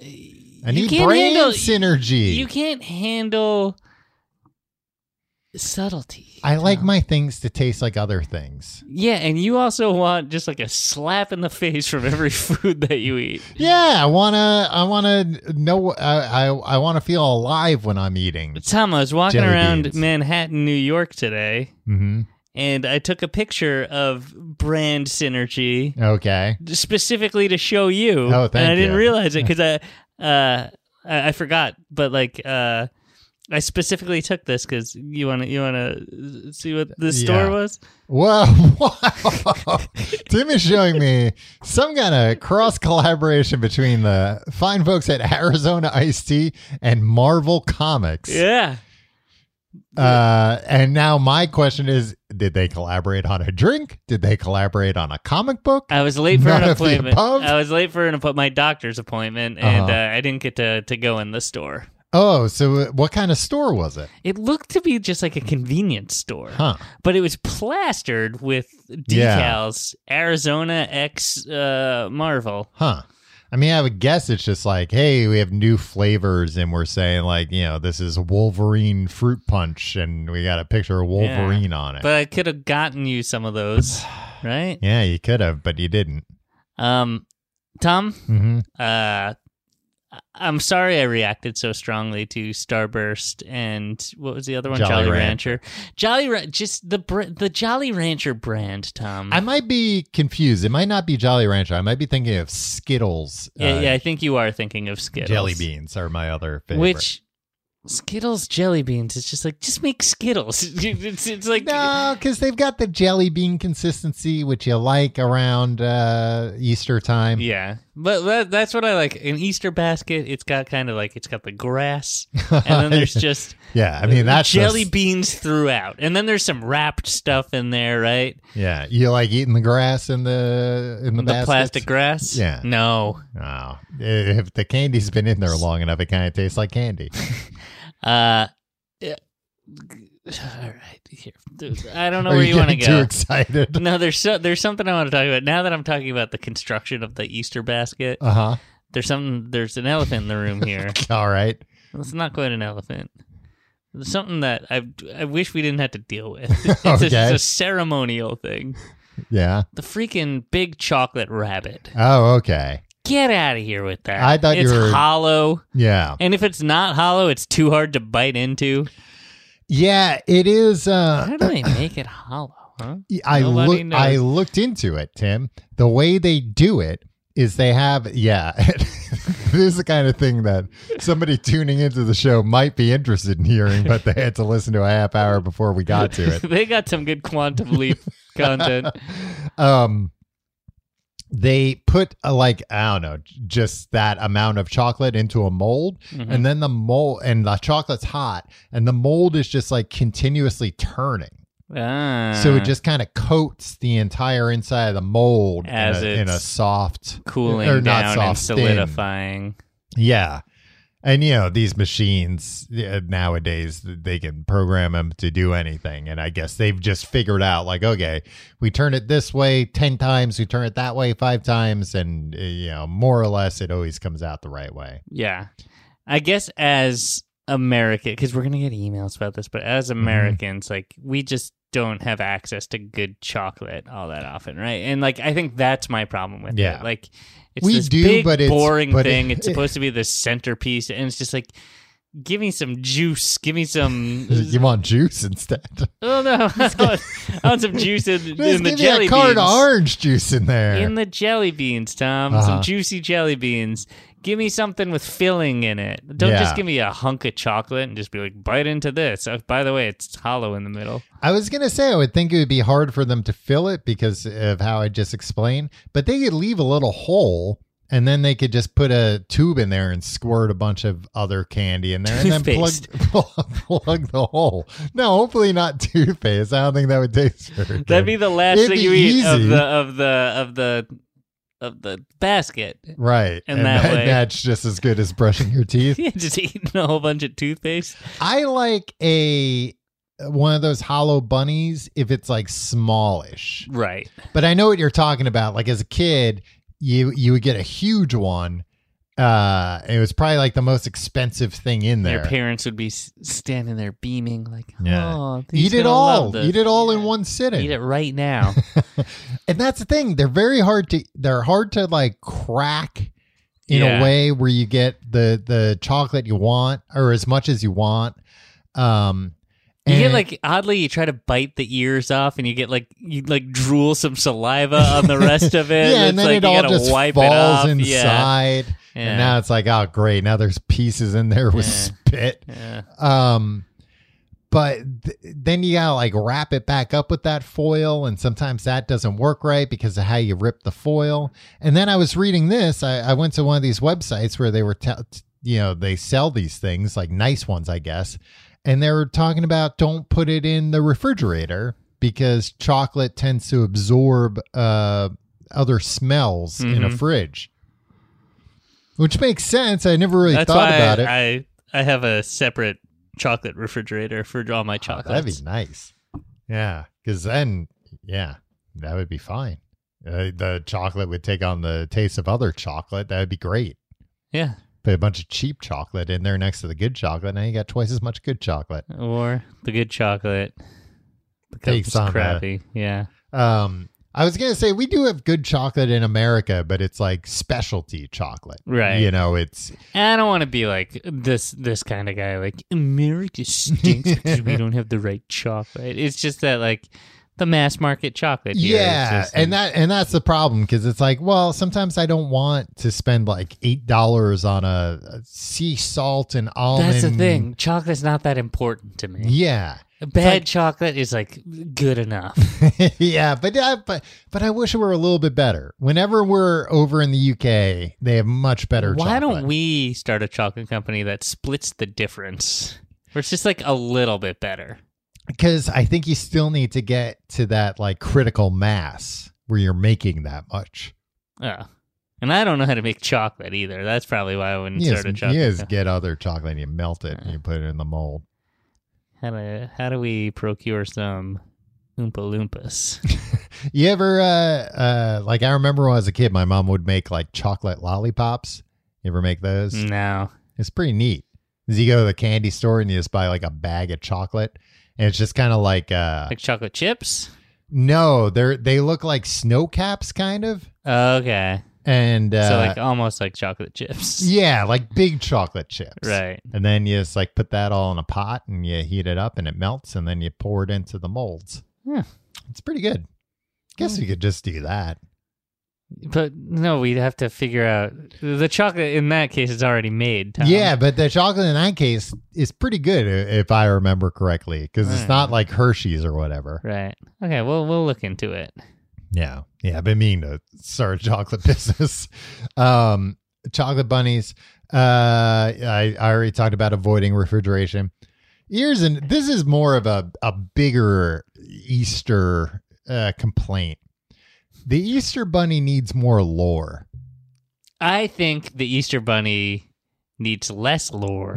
I I need brain synergy. You can't handle subtlety. I like Tom. my things to taste like other things. Yeah, and you also want just like a slap in the face from every food that you eat. Yeah, I wanna, I wanna know, I, I, I wanna feel alive when I'm eating. Tom, I was walking Jelly around beans. Manhattan, New York today, hmm and I took a picture of brand synergy. Okay. specifically to show you. Oh, thank And I didn't you. realize it because I, uh, I I forgot. But like, uh, I specifically took this because you want to you want to see what the Yeah. store was. Whoa! Wow. Tim is showing me some kind of cross collaboration between the fine folks at Arizona Iced Tea and Marvel Comics. Yeah. Uh, and now my question is: Did they collaborate on a drink? Did they collaborate on a comic book? I was late for None an of the appointment. above? I was late for an appointment, my doctor's appointment, and Uh-huh. uh, I didn't get to, to go in the store. Oh, so what kind of store was it? It looked to be just like a convenience store, Huh? but it was plastered with Yeah. decals Arizona X uh, Marvel. Huh? I mean, I would guess it's just like, hey, we have new flavors, and we're saying like, you know, this is Wolverine fruit punch, and we got a picture of Wolverine on it. But I could have gotten you some of those, right? yeah, you could have, but you didn't. Um, Tom, hmm uh, I- I'm sorry I reacted so strongly to Starburst and what was the other one? Jolly Jolly, Rancher. Rancher. Jolly Ra- just the br- the Jolly Rancher brand, Tom. I might be confused. It might not be Jolly Rancher. I might be thinking of Skittles. yeah, uh, yeah, I think you are thinking of Skittles. Jelly beans are my other favorite. which Skittles jelly beans. It's just like just make Skittles. It's, it's like No, because they've got the jelly bean consistency, which you like around uh, Easter time. Yeah, but that, that's what I like. An Easter basket, it's got kind of like it's got the grass, and then there's just Yeah, I mean that's jelly just- beans throughout, and then there's some wrapped stuff in there, right? yeah, you like eating the grass in the in the, The baskets? plastic grass. Yeah. No. Oh, if the candy's been in there long enough, it kind of tastes like candy. Uh. yeah. All right. Here. Dude, I don't know Are where you, want to getting Too go. excited. No, there's so, there's something I want to talk about. Now that I'm talking about the construction of the Easter basket, Uh huh. there's something. There's an elephant in the room here. All right. It's not quite an elephant. It's something that I I wish we didn't have to deal with. It's, a, it's Okay. a ceremonial thing. Yeah. The freaking big chocolate rabbit. Oh, okay. Get out of here with that. I thought you it's were- hollow. Yeah. And if it's not hollow, it's too hard to bite into. Yeah. It is. Uh, How do they make it hollow, huh? I Nobody look, I knows. looked into it, Tim. The way they do it is they have yeah. this is the kind of thing that somebody tuning into the show might be interested in hearing, but they had to listen to a half hour before we got to it. they got some good quantum leap content. um they put a, like I don't know, j- just that amount of chocolate into a mold, Mhm. and then the mold and the chocolate's hot, and the mold is just like continuously turning. Ah, So it just kind of coats the entire inside of the mold in As a, in a it's soft, cooling or not down and soft, thin. solidifying. yeah. And you know these machines yeah, nowadays they can program them to do anything, and I guess they've just figured out like, okay, we turn it this way ten times, we turn it that way five times, and uh, you know more or less it always comes out the right way. Yeah. I guess as American, because we're going to get emails about this, but as Mm-hmm. Americans, like, we just don't have access to good chocolate all that often, right? And, like, I think that's my problem with Yeah. it. Like, it's We this do, big, but it's- boring but it- thing. it's supposed to be the centerpiece, and it's just like, give me some juice. Give me some. You want juice instead? oh, no. I want, I want some juice in, Just in the give jelly me a card beans. of orange juice in there. In the jelly beans, Tom. Uh-huh. Some juicy jelly beans. Give me something with filling in it. Don't Yeah. just give me a hunk of chocolate and just be like, bite into this. Oh, by the way, it's hollow in the middle. I was gonna say I would think it would be hard for them to fill it because of how I just explained, but they could leave a little hole and then they could just put a tube in there and squirt a bunch of other candy in there and then plug, Toothpaste. plug plug the hole. No, hopefully not toothpaste. I don't think that would taste very good. That'd be the last It'd thing be you eat of easy. the of the of the of the basket. Right. And that way- that's just as good as brushing your teeth. Yeah, just eating a whole bunch of toothpaste. I like a one of those hollow bunnies if it's like smallish. Right. But I know what you're talking about. Like as a kid, you you would get a huge one. Uh and it was probably like the most expensive thing in there. Your parents would be s- standing there beaming, like, Yeah. "Oh, he's Eat it gonna all. love this." Eat it all in Yeah. one sitting. Eat it right now." and that's the thing they're very hard to they're hard to like crack in Yeah. a way where you get the the chocolate you want or as much as you want um You get and- like oddly, you try to bite the ears off, and you get like you like drool some saliva on the rest of it. yeah and It's then like it you all gotta just wipe it falls off. Yeah. inside yeah. and now it's like oh great now there's pieces in there with Yeah. spit yeah. um but th- then you gotta like wrap it back up with that foil and sometimes that doesn't work right because of how you rip the foil and then i was reading this i, I went to one of these websites where they were tell t- you know they sell these things like nice ones i guess and they were talking about don't put it in the refrigerator because chocolate tends to absorb uh, other smells in a Mhm. fridge which makes sense i never really That's thought why about it I I have a separate chocolate refrigerator for all my Oh, that'd chocolates. be nice. Yeah, because then, yeah, that would be fine. Uh, the chocolate would take on the taste of other chocolate. That would be great. yeah, Put a bunch of cheap chocolate in there next to the good chocolate. Now you got twice as much good chocolate. or the good chocolate Takes becomes on the- crappy. Yeah, Um, I was gonna say we do have good chocolate in America, but it's like specialty chocolate, Right. You know, it's And I don't want to be like this this kind of guy. Like America stinks because we don't have the right chocolate. It's just that like the mass market chocolate. Here is yeah, just, and that and that's the problem because it's like, well, sometimes I don't want to spend like eight dollars on a, a sea salt and almond. that's the thing. Chocolate's not that important to me. Yeah. Bad like- chocolate is like good enough. yeah, but I, but but I wish it were a little bit better. Whenever we're over in the UK, they have much better. Why chocolate. don't we start a chocolate company that splits the difference? Where it's just like a little bit better. Because I think you still need to get to that like critical mass where you're making that much. Oh. And I don't know how to make chocolate either. That's probably why I wouldn't You start a just, chocolate. Uh. you just company. get other chocolate and you melt it and Yeah. you put it in the mold. How do how do we procure some Oompa Loompas? You ever uh uh like I remember when I was a kid, my mom would make like chocolate lollipops. You ever make those? no. It's pretty neat. Is you go to the candy store and you just buy like a bag of chocolate, and it's just kind of like uh Like chocolate chips? No, they're they look like snow caps, kind of, Okay. and uh, so like almost like chocolate chips. yeah, like big chocolate chips, Right. And then you just like put that all in a pot and you heat it up and it melts and then you pour it into the molds. Yeah. It's pretty good. Hmm. Guess you could just do that. But no, we'd have to figure out the chocolate in that case is already made. Tom. Yeah, but the chocolate in that case is pretty good i- if I remember correctly because it's Right. not like Hershey's or whatever. Right. Okay, well we'll look into it. Yeah. Yeah. I've been meaning to start a chocolate business. Um, chocolate bunnies. Uh, I, I already talked about avoiding refrigeration. Here's and this is more of a, a bigger Easter uh, complaint. The Easter bunny needs more lore. I think the Easter bunny needs less lore.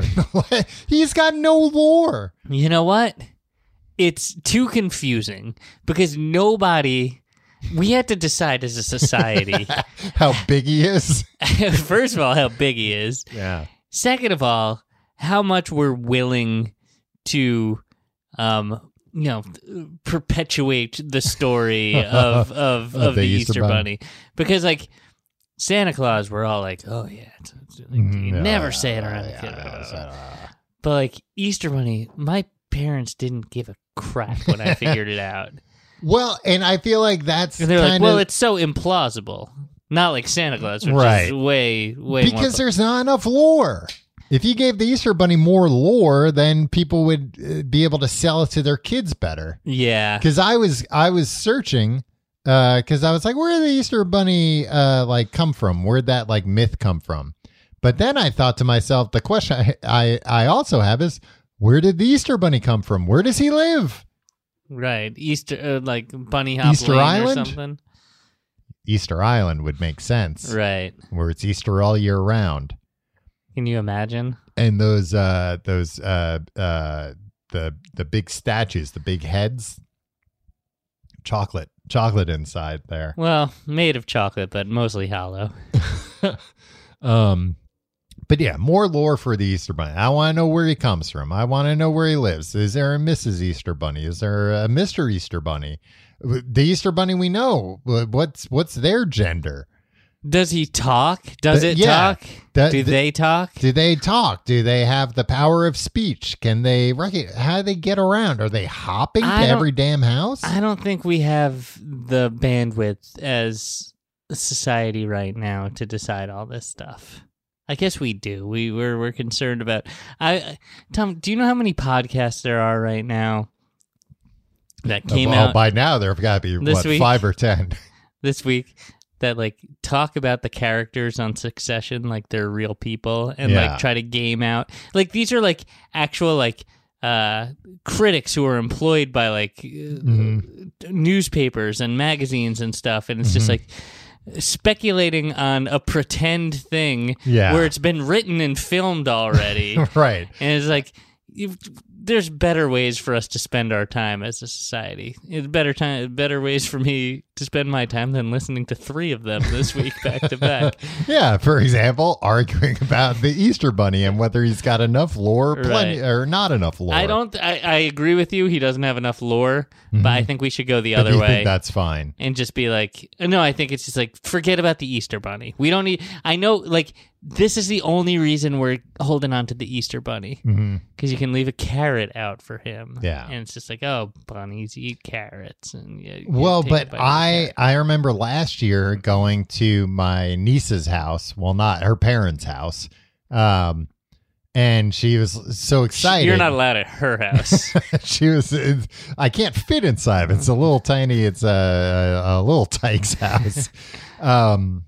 He's got no lore. You know what? It's too confusing because nobody we had to decide as a society How big he is. first of all, how big he is. Yeah. Second of all, how much we're willing to, um, you know, perpetuate the story of of, of, the, Easter, Bunny. because like Santa Claus, we're all like, oh yeah, it's, it's, like, you Mm-hmm. never say it around the kid, but like Easter Bunny, my parents didn't give a crap when I figured it out. Well, and I feel like that's And they're like, kind well, of, it's so implausible. Not like Santa Claus, which is Right. way, way more because there's not enough lore. If you gave the Easter Bunny more lore, then people would uh, be able to sell it to their kids better. yeah, Because I was I was searching, because I was like, where did the Easter Bunny uh, like come from? Where'd that like myth come from? But then I thought to myself, the question I I, I also have is, where did the Easter Bunny come from? Where does he live? Right, Easter uh, like bunny hop Easter Lane Island? or something. Easter Island would make sense, Right. where it's Easter all year round. Can you imagine? And those uh those uh uh the the big statues, the big heads, chocolate, chocolate inside there. Well, made of chocolate, but mostly hollow. Um, but yeah, more lore for the Easter Bunny. I want to know where he comes from. I want to know where he lives. Is there a Mrs. Easter Bunny? Is there a Mr. Easter Bunny? The Easter Bunny we know. But What's what's their gender? Does he talk? Does Th- it yeah. talk? That- Do th- they talk? Do they talk? Do they have the power of speech? Can they recognize? How do they get around? Are they hopping I to don't- every damn house? I don't think we have the bandwidth as a society right now to decide all this stuff. I guess we do. We we're we're concerned about. I Tom, do you know how many podcasts there are right now that came well, out by now there have got to be this what week. five or ten. this week that like talk about the characters on Succession like they're real people and Yeah. like try to game out. Like these are like actual like uh critics who are employed by like uh, Mm-hmm. newspapers and magazines and stuff and it's just like speculating on a pretend thing Yeah. where it's been written and filmed already right. and it's like you there's better ways for us to spend our time as a society. It's better time, better ways for me to spend my time than listening to three of them this week back to back. Yeah, for example, arguing about the Easter Bunny and whether he's got enough lore, plenty, or not enough lore. I don't. I, I agree with you. He doesn't have enough lore, but I think we should go the If other Mm-hmm. you way think that's fine. and just be like, no. I think it's just like forget about the Easter Bunny. We don't need. I know, like this is the only reason we're holding on to the Easter Bunny hmm because you can leave a carrot out for him. Yeah. and it's just like, oh, bunnies eat carrots, and yeah, you Well, take a but bite of the I I remember last year going to my niece's house. Well, not her parents' house. Um, and she was so excited. You're not allowed at her house. she was. it's- I can't fit inside. It's a little tiny. It's a, a, a little tyke's house. um,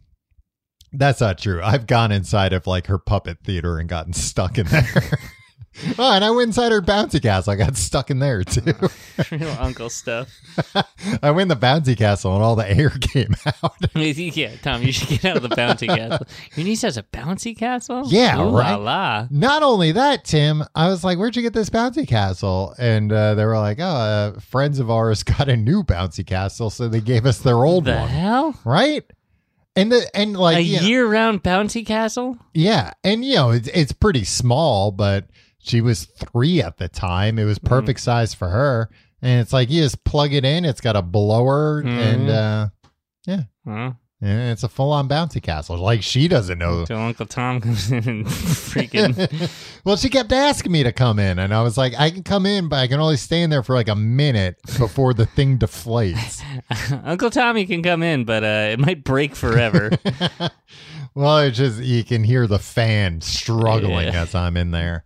that's not true. I've gone inside of like her puppet theater and gotten stuck in there. oh, and I went inside her bouncy castle. I got stuck in there too. Real uncle stuff. I went in the bouncy castle and all the air came out. yeah, Tom, you should get out of the bouncy castle. Your niece has a bouncy castle? Yeah, Ooh right? La la. Not only that, Tim, I was like, "Where'd you get this bouncy castle?" And uh, they were like, "Oh, uh, friends of ours got a new bouncy castle, so they gave us their old The one." hell? right? And the and like a you know- year round bouncy castle? yeah, and you know it's it's pretty small, but she was three at the time. It was Mm-hmm. perfect size for her, and it's like you just plug it in. It's got a blower, and Mhm. uh, Well, and it's a full on bouncy castle. Like she doesn't know. Till Uncle Tom comes in and freaking. well, she kept asking me to come in, and I was like, I can come in, but I can only stay in there for like a minute before the thing deflates. Uncle Tommy can come in, but uh, it might break forever. well, it's just you can hear the fan struggling Yeah. as I'm in there.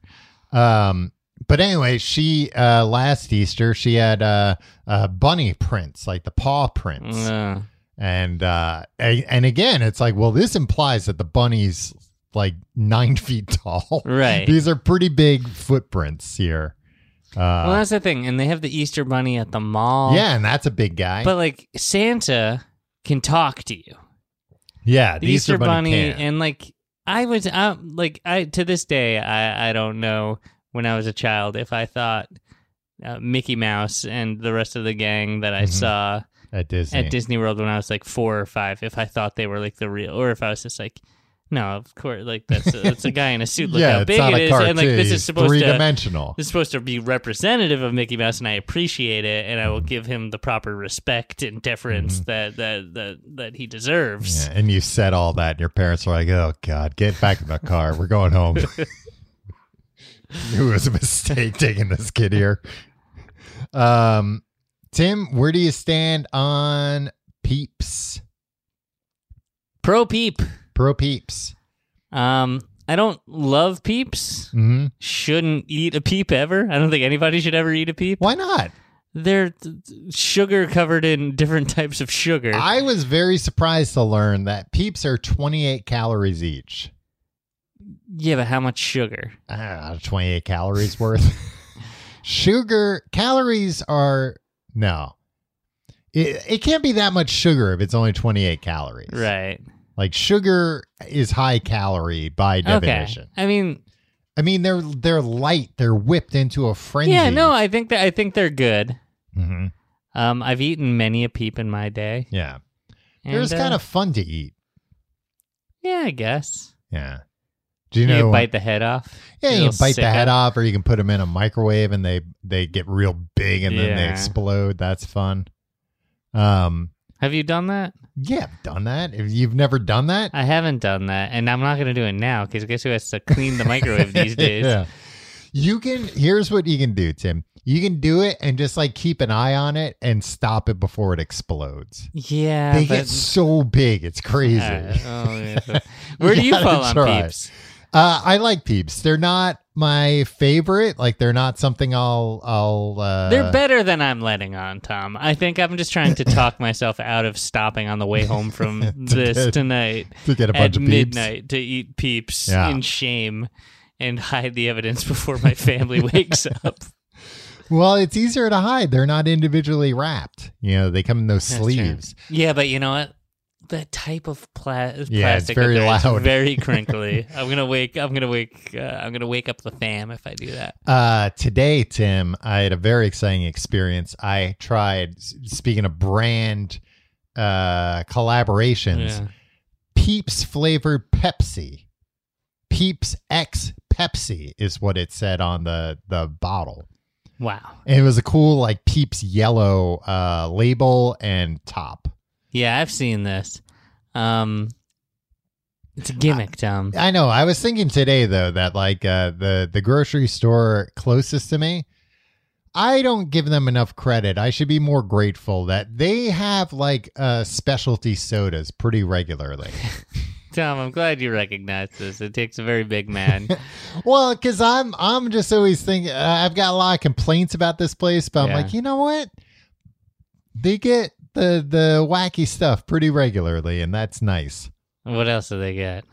Um, but anyway, she uh, last Easter she had uh, uh, bunny prints, like the paw prints, Uh, and uh, a- and again, it's like, well, this implies that the bunny's like nine feet tall. right. These are pretty big footprints here. well, Uh, that's the thing. And they have the Easter Bunny at the mall. yeah, and that's a big guy. But, like, Santa can talk to you. yeah, the Easter, Bunny, can. and like I was out like I to this day I I don't know when I was a child if I thought uh, Mickey Mouse and the rest of the gang that I Mhm. saw at Disney. at Disney World when I was like four or five if I thought they were like the real or if I was just like no of course like that's a, that's a guy in a suit look yeah, how it's big not it a is cartoon. and like this is supposed three to dimensional. this is supposed to be representative of Mickey Mouse, and I appreciate it, and I will give him the proper respect and deference that, that that that he deserves. Mm-hmm. Yeah, and you said all that, and your parents were like, "Oh God, get back in the car. We're going home." Knew it was a mistake taking this kid here. Um, Tim, where do you stand on Peeps? Pro peep. Pro Peeps. Um, I don't love peeps. hmm Shouldn't eat a peep ever. I don't think anybody should ever eat a peep. Why not? They're th- th- sugar covered in different types of sugar. I was very surprised to learn that Peeps are 28 calories each. yeah, but how much sugar? Ah, 28 calories worth. Sugar calories are no. It, it can't be that much sugar if it's only 28 calories. Right. Like sugar is high calorie by definition. Okay. I mean, I mean, they're they're light. They're whipped into a frenzy. yeah, no, I think that I think they're good. hmm Um, I've eaten many a peep in my day. Yeah, and, they're just uh, kind of fun to eat. yeah, I guess. Yeah. Do you You, know? bite the head off. yeah, you little can bite the sicko. head off, or you can put them in a microwave, and they they get real big, and then they Yeah. explode. That's fun. Um. Have you done that? Yeah, I've done that. If you've never done that, I haven't done that, and I'm not going to do it now because guess who has to clean the microwave these days? yeah. You can here's what you can do, Tim. You can do it and just like keep an eye on it and stop it before it explodes. Yeah, they but- get so big, it's crazy. Alright, oh, yeah. Where do you gotta fall on try. peeps? Uh, I like peeps. They're not my favorite. Like they're not something I'll I'll uh, They're better than I'm letting on, Tom. I think I'm just trying to talk myself out of stopping on the way home from this good. tonight to get a bunch at of peeps. midnight to eat peeps Yeah. in shame and hide the evidence before my family wakes up. Well, it's easier to hide. They're not individually wrapped. You know, they come in those That's true. sleeves. Yeah, but you know what? The type of pla- plastic Yeah, it's very up there is loud. very crinkly. I'm gonna wake. I'm gonna wake. Uh, I'm gonna wake up the fam if I do that. Uh, today, Tim, I had a very exciting experience. I tried, s- speaking of brand uh, collaborations, Yeah. Peeps flavored Pepsi. Peeps X Pepsi is what it said on the, the bottle. Wow. And it was a cool, like, Peeps yellow uh, label and top. Yeah, I've seen this. Um, it's a gimmick, Tom. I know. I was thinking today though that like uh, the the grocery store closest to me, I don't give them enough credit. I should be more grateful that they have like uh, specialty sodas pretty regularly. Tom, I'm glad you recognize this. It takes a very big man. well, because I'm I'm just always thinking uh, I've got a lot of complaints about this place, but I'm Yeah. like, you know what? They get the the wacky stuff pretty regularly, and that's nice. what else do they get?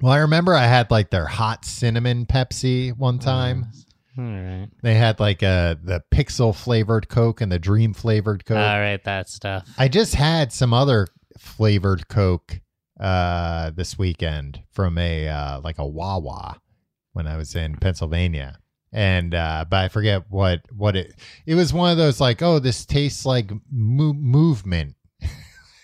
Well, I remember I had like their hot cinnamon Pepsi one time. All right. They had like uh the pixel flavored Coke and the dream flavored Coke. All right, that stuff. I just had some other flavored Coke uh this weekend from a uh like a Wawa when I was in Pennsylvania. And uh but I forget what what it it was one of those like oh this tastes like mo- movement.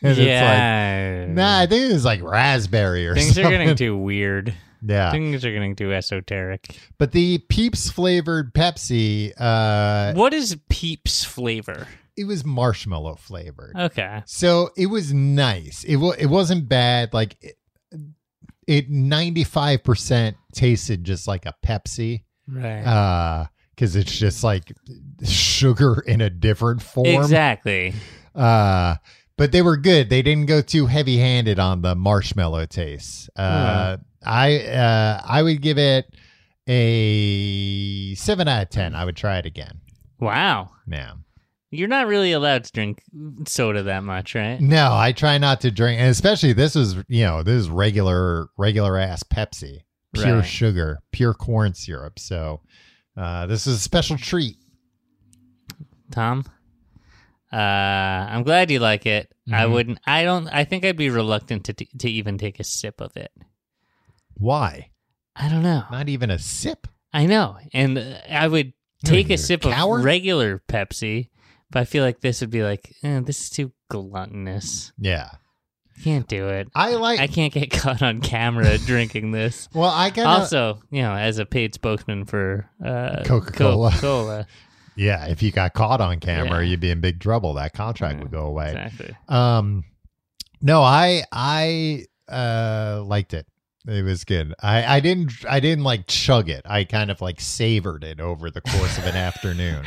and yeah. it's like nah, I think it was like raspberry or Things are something. getting too weird. yeah. Things are getting too esoteric. But the Peeps flavored Pepsi uh What is Peeps flavor? it was marshmallow flavored. Okay. So it was nice. It wa it wasn't bad. Like it, it 95% tasted just like a Pepsi. Right. Uh cuz it's just like sugar in a different form. exactly. Uh but they were good. They didn't go too heavy-handed on the marshmallow taste. Uh I uh I would give it a 7 out of 10. I would try it again. Wow. Now. You're not really allowed to drink soda that much, right? No, I try not to drink, and especially this is you know this is regular regular ass Pepsi, pure Right. sugar, pure corn syrup. So uh, this is a special treat. Tom. Uh, I'm glad you like it. I Mhm. wouldn't. I don't. I think I'd be reluctant to t- to even take a sip of it. Why? I don't know. Not even a sip. I know, and uh, I would take You're a sip coward. of regular Pepsi, but I feel like this would be like eh, this is too gluttonous. Yeah, Can't do it. I like. I can't get caught on camera drinking this. well, I kind of. Also, you know, as a paid spokesman for uh, Coca-Cola. Coca-Cola, Yeah, if you got caught on camera, Yeah. you'd be in big trouble. That contract Yeah, would go away. exactly. Um, no, I I uh liked it. It was good. I I didn't I didn't like chug it. I kind of like savored it over the course of an afternoon.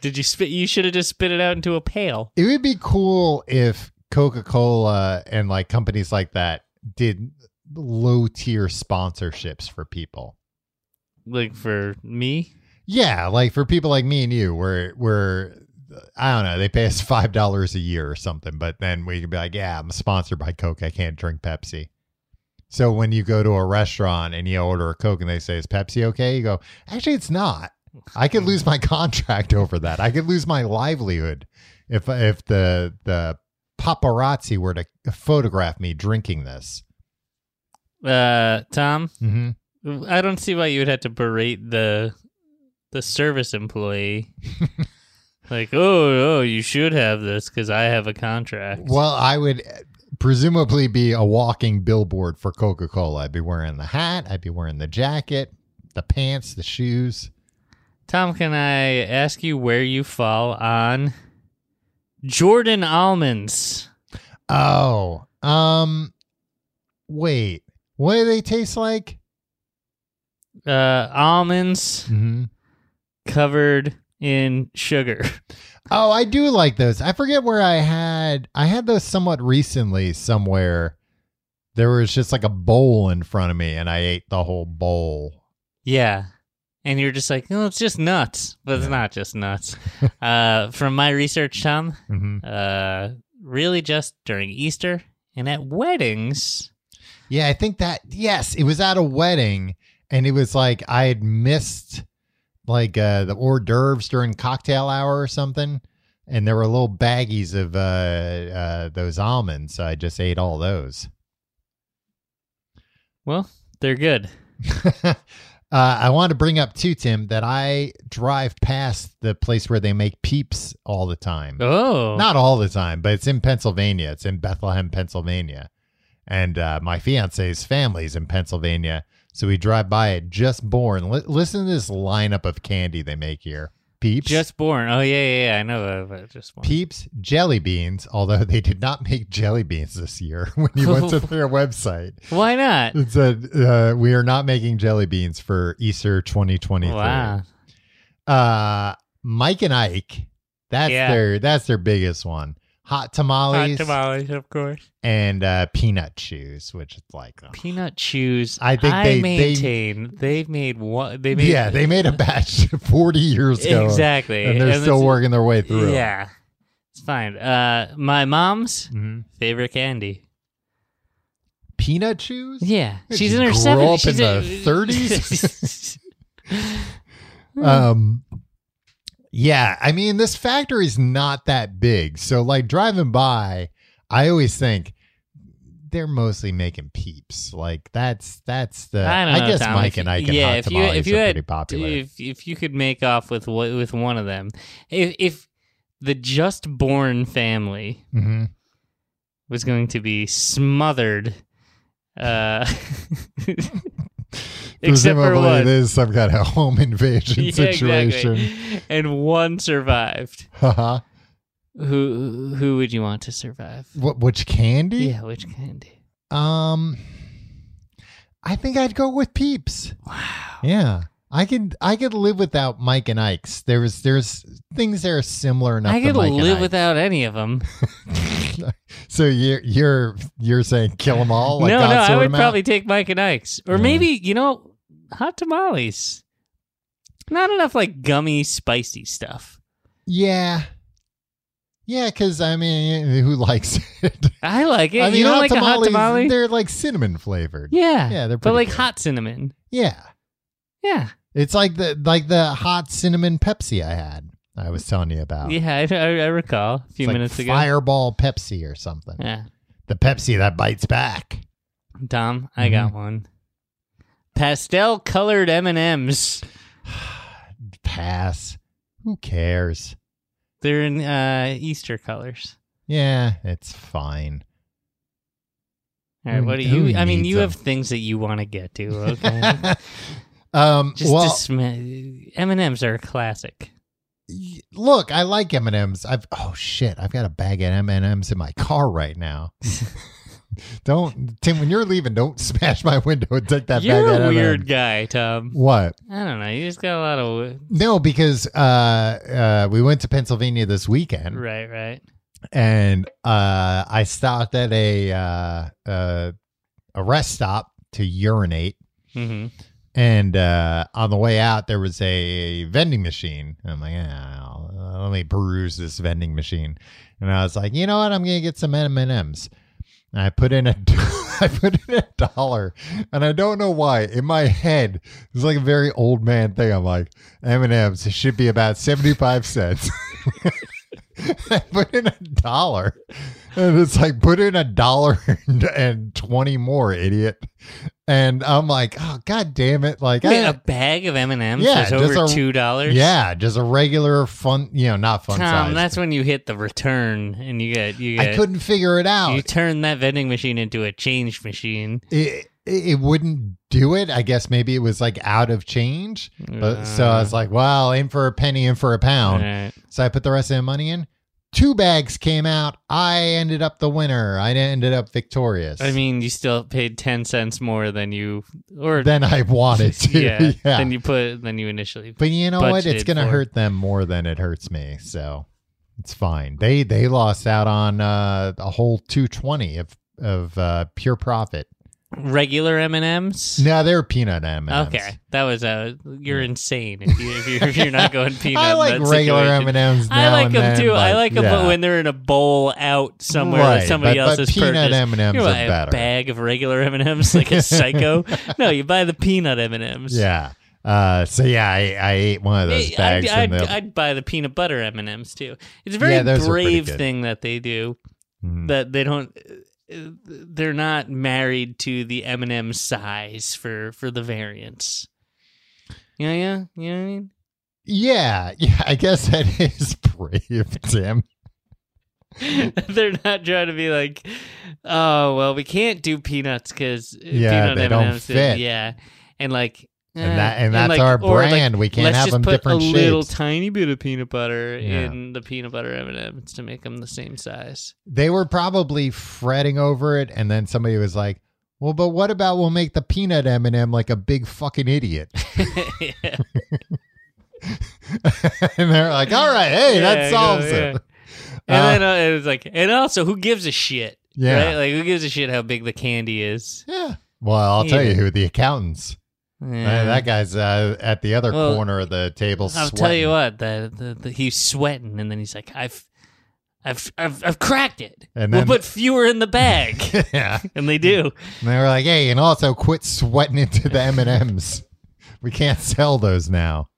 Did you spit? You should have just spit it out into a pail. It would be cool if Coca Cola and like companies like that did low tier sponsorships for people. Like for me, Yeah, like for people like me and you, where where I don't know, they pay us five dollars a year or something, but then we could be like, yeah, I'm sponsored by Coke, I can't drink Pepsi. So when you go to a restaurant and you order a Coke and they say, is Pepsi okay? You go, actually, it's not. I could lose my contract over that. I could lose my livelihood if if the the paparazzi were to photograph me drinking this. Uh, Tom, hmm I don't see why you would have to berate the the service employee. like, oh, oh, you should have this because I have a contract. Well, I would uh, presumably be a walking billboard for Coca Cola. I'd be wearing the hat. I'd be wearing the jacket, the pants, the shoes. Tom, can I ask you where you fall on Jordan almonds? Oh, um, wait. What do they taste like? Uh, almonds hmm covered in sugar. Oh, I do like those. I forget where I had I had those somewhat recently somewhere. There was just like a bowl in front of me and I ate the whole bowl. yeah. And you're just like, oh, it's just nuts. But it's not just nuts. uh, from my research, Tom, hmm uh, really just during Easter and at weddings. Yeah, I think that yes, it was at a wedding and it was like I had missed like uh the hors d'oeuvres during cocktail hour or something and there were little baggies of uh uh those almonds, so I just ate all those. Well, they're good. uh, I want to bring up too, Tim, that I drive past the place where they make peeps all the time. Oh, Not all the time, but it's in Pennsylvania. It's in Bethlehem, Pennsylvania, and uh, my fiance's family's in Pennsylvania, so we drive by it just born. Li- listen to this lineup of candy they make here: peeps, just born. Oh yeah, yeah, yeah. I know of it. Just born. peeps, jelly beans. Although they did not make jelly beans this year when you went to their website. Why not? It said uh, we are not making jelly beans for Easter 2023. Wow. Uh, Mike and Ike. That's Yeah. their that's their biggest one. Hot tamales, tamales, of course. and uh, peanut chews, which is like oh. ugh. Peanut chews. I think they- they- maintain they, have made one. They made yeah, they made a batch 40 years ago, exactly, and they're And still it's- working their way through. Yeah, it's fine. Uh, my mom's Mhm. favorite candy. peanut chews. Yeah, Did she's you in her grow seventies. up in She's the 30s? Um, yeah, I mean, this factory's not that big. So, like, driving by, I always think they're mostly making peeps. Like, that's, that's the, I I, don't know. guess Tom, Mike if- and Ike yeah, and hot if you- tamales if you are had- pretty popular. if if you could make off with what with one of them, if if the just born family hmm was going to be smothered, uh, except for Presumably, it one, is some kind of home invasion Yeah, situation. exactly. and one survived. Haha. Who who would you want to survive? what, which candy? Yeah, which candy? Um, I think I'd go with Peeps. Wow. Yeah. I could I could live without Mike and Ike's. There's there's things that are similar enough. I to could Mike and live Ike. without any of them. So you're you're you're saying kill them all? Like no, God no, I sort would 'em out? probably take Mike and Ike's, or Yeah. maybe you know, hot tamales. Not enough like gummy, spicy stuff. Yeah, yeah. Because I mean, who likes it? I like it. I mean, you don't hot like tamales, a hot tamale? They're like cinnamon flavored. Yeah, yeah, they're but pretty like good. hot cinnamon. Yeah, Yeah, it's like the like the hot cinnamon Pepsi I had. I was telling you about. It's yeah, I, I, I recall a few Oh. like minutes ago. Fireball Pepsi or something. Yeah, The Pepsi that bites back. Tom, Mm-hmm. I got one. Pastel colored M and M's. Pass. Who cares? They're in uh, Easter colors. Yeah, it's fine. All right, Who- what do who you? I mean, Mm, needs you them? have things that you want to get to. Okay, um, just well, dismiss. M and M's are a classic. y- look, I like M and M's. I've oh shit, I've got a bag of M and M's in my car right now. don't Tim, when you're leaving, don't smash my window and take that You're bag. a of weird M&Ms. guy, Tom. What? I don't know. You just got a lot of No, because uh, uh, we went to Pennsylvania this weekend, right, right. and uh, I stopped at a uh, uh, a rest stop to urinate. Mm-hmm. hmm And uh, on the way out, there was a vending machine. And I'm like, ah, let me peruse this vending machine. And I was like, you know what? I'm gonna get some M and M's. And I put in a I put in a dollar, and I don't know why. In my head, it's like a very old man thing. I'm like, M and M's should be about seventy five cents. I put in a dollar, and it's like put in a dollar and, and twenty more, idiot. And I'm like, oh god damn it! Like, Wait, I, a bag of M and M's Yeah, is just over a- two dollars. yeah, just a regular fun, you know, not fun Tom, size. that's when you hit the return and you get you get I couldn't figure it out. you turn that vending machine into a change machine. it it it wouldn't do it. I guess maybe it was like out of change. But, so I was like, well, in for a penny, in for a pound. Alright. So I put the rest of the money in. Two bags came out. I ended up the winner. I ended up victorious. I mean, you still paid ten cents more than you or than I wanted to. yeah, yeah. than you put than you initially. but you know what? It's budgeted gonna for. hurt them more than it hurts me. So it's fine. They they lost out on uh, a whole two twenty of of uh, pure profit. regular M and M's. No, they're peanut M. Okay, that was a you're insane if you if you're, if you're not going peanut. I in like that regular situation. M and M's. I like them too. I like them, but when they're in a bowl out somewhere that somebody but, else but has peanut purchased. M and M's You are buy a better. bag of regular M and M's like a psycho. no, you buy the peanut M and M's. Yeah. Uh, so yeah, I, I ate one of those I'd, bags. I'd, and the- I'd buy the peanut butter M and M's too. It's a very Yeah, those are pretty brave good. thing that they do. Mm. That they don't. uh, They're not married to the M and M size for for the variants. Yeah, yeah, you know what I mean. yeah, yeah. I guess that is brave, Tim. They're not trying to be like, oh well, we can't do peanuts because Yeah, peanut they don't M&Ms, fit. Yeah, and like, eh, And that and that's like- our or, like, brand. we can't let's have just them put different a shapes. little tiny bit of peanut butter Yeah. in the peanut butter M and M's to make them the same size. they were probably fretting over it, and then somebody was like, "Well, but what about we'll make the peanut M and m like a big fucking idiot?" Yeah. and they're like, "All right, hey, Yeah, that solves yeah. it." And then uh, it was like, and also, who gives a shit? Yeah. right? like who gives a shit how big the candy is? Yeah. Well, I'll tell Yeah. you who the accountants. Uh, Yeah. that guy's uh, at the other Well, corner of the table. I'll sweating. tell you what, the, the, the, he's sweating, and then he's like, "I've, I've, I've, I've cracked it. And then- we'll put fewer in the bag." yeah. and they do. And they were like, "Hey, and also quit sweating into the M and M's. We can't sell those now."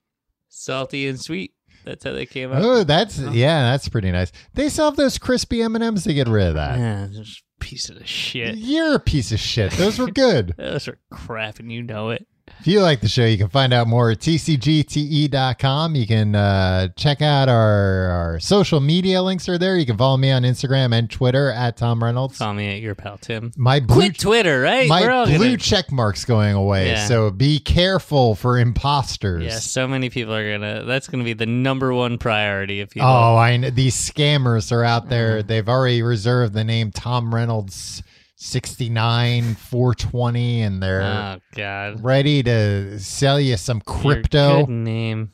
Salty and sweet. That's how they came up. Oh, that's yeah, that's pretty nice. They sell those crispy M and M's to get rid of that. yeah, just pieces of shit. You're a piece of shit. Those were good. Those are crap, and you know it. If you like the show, you can find out more at tcgte.com. E You can uh, check out our, our social media links are there. You can follow me on Instagram and Twitter at Tom Reynolds. Call me at your pal Tim. My blue Quit Twitter, right? We're my all blue gonna. check mark's going away, Yeah. so be careful for imposters. Yeah, so many people are gonna. That's gonna be the number one priority if you. Oh, I know. these scammers are out Mm-hmm. there. They've already reserved the name Tom Reynolds 69 420 and they're Oh God. ready to sell you some Your crypto. good name.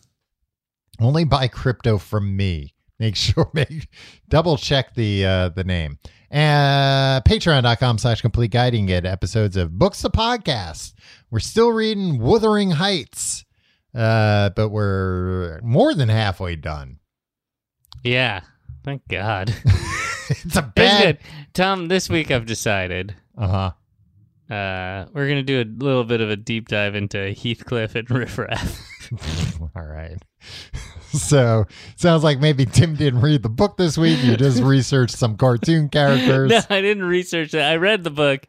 Only buy crypto from me. Make sure make double check the uh the name. Uh patreon.com slash complete guide. You can get episodes of Books the Podcast. We're still reading Wuthering Heights. Uh, but we're more than halfway done. Yeah. Thank God. It's a That's bad good. Tom, this week I've decided uh-huh. uh, we're going to do a little bit of a deep dive into Heathcliff and Riff Raff. All right. So sounds like maybe Tim didn't read the book this week. You just researched some cartoon characters. no, I didn't research that. I read the book.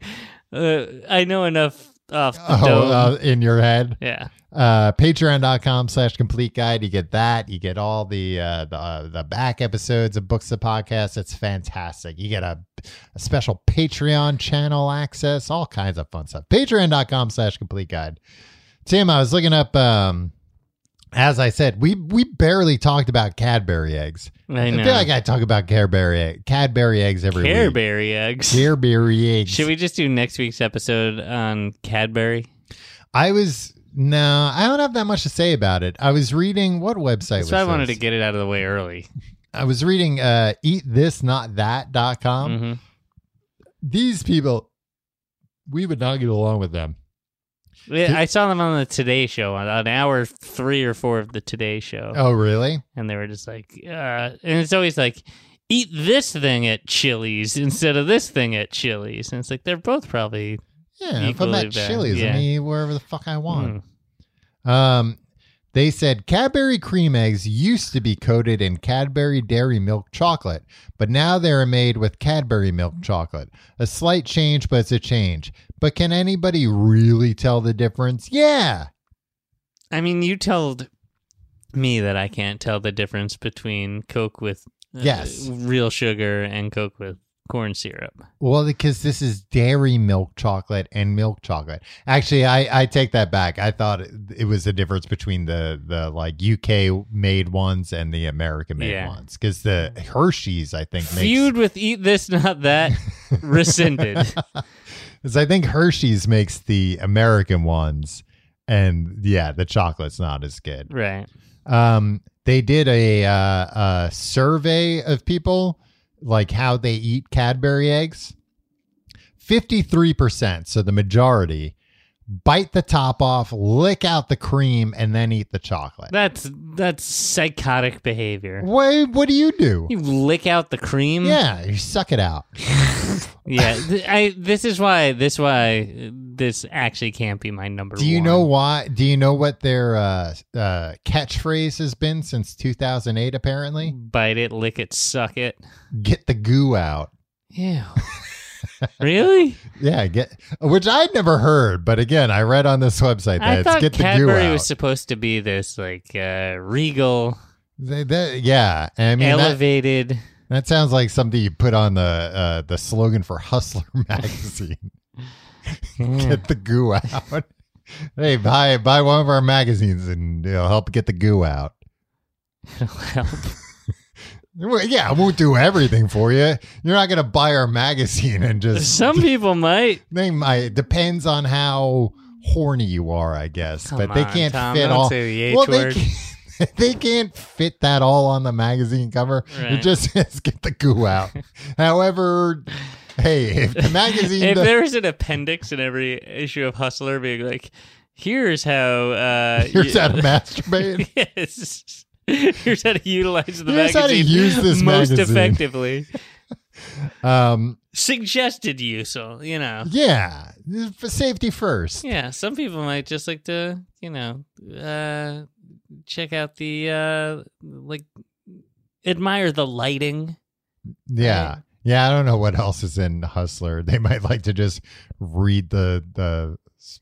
Uh, I know enough off the Oh, dome. uh, in your head. yeah. uh patreon.com slash complete guide you get that you get all the uh the, uh, the back episodes of books the podcast it's fantastic you get a, a special patreon channel access all kinds of fun stuff patreon.com slash complete guide tim i was looking up um as i said we we barely talked about cadbury eggs I i know. feel like i talk about cadbury cadbury eggs every Care week Berry eggs. cadbury eggs Should we just do next week's episode on Cadbury? i was no, I don't have that much to say about it. I was reading what website was So I wanted this? to get it out of the way early. I was reading uh eatthisnotthat.com. hmm These people we would not get along with them. Yeah, I saw them on the Today Show, on, on hour three or four of the Today Show. Oh really? and they were just like, uh, and it's always like eat this thing at Chili's instead of this thing at Chili's. And it's like they're both probably Yeah, if Equally I'm at bad, Chili's, yeah. I eat wherever the fuck I Mm. want. Um, they said Cadbury cream eggs used to be coated in Cadbury dairy milk chocolate, but now they are made with Cadbury milk chocolate. A slight change, but it's a change. But can anybody really tell the difference? Yeah. I mean, you told me that I can't tell the difference between Coke with uh, Yes. real sugar and Coke with corn syrup. Well, because this is dairy milk chocolate and milk chocolate. Actually, I, I take that back. I thought it, it was the difference between the the like UK made ones and the American made Yeah. ones. Because the Hershey's, I think, makes Feud with eat this, not that. Rescinded. Because I think Hershey's makes the American ones, and yeah, the chocolate's not as good. Right. Um, they did a, uh, a survey of people, like how they eat Cadbury eggs. 53%, so the majority, bite the top off, lick out the cream, and then eat the chocolate. That's that's psychotic behavior. What, what do you do? You lick out the cream. Yeah, you suck it out. Yeah. th- I. This is why. This why. uh, This actually can't be my number. Do you one. know why? Do you know what their uh, uh, catchphrase has been since 2008? Apparently, Bite it, lick it, suck it. get the goo out. Ew. really? Yeah, get which I'd never heard, but again, I read on this website that I it's thought get the goo Cadbury out. was supposed to be this like uh, regal, They- they- yeah, and I mean that, elevated. that sounds like something you put on the uh, the slogan for Hustler magazine. Yeah. get the goo out. hey, buy buy one of our magazines and it'll help get the goo out. Well, Well, yeah, I won't do everything for you. You're not gonna buy our magazine and just Some people might. They might. It depends on how horny you are, I guess. Come but they on, can't Tom, fit don't all. say the H well, they word. can't, they can't fit that all on the magazine cover. It Right. just says "Get the goo out." However, hey, if the magazine If does- there's an appendix in every issue of Hustler, being like, "Here's how." Uh, here's you- how to masturbate. yes. Here's how to utilize the Here's magazine how to use this most magazine. effectively. Um, Suggested use, so you know. yeah, for safety first. Yeah, some people might just like to, you know, uh, check out the uh, like admire the lighting. Yeah. Right. Yeah, I don't know what else is in Hustler. They might like to just read the the s-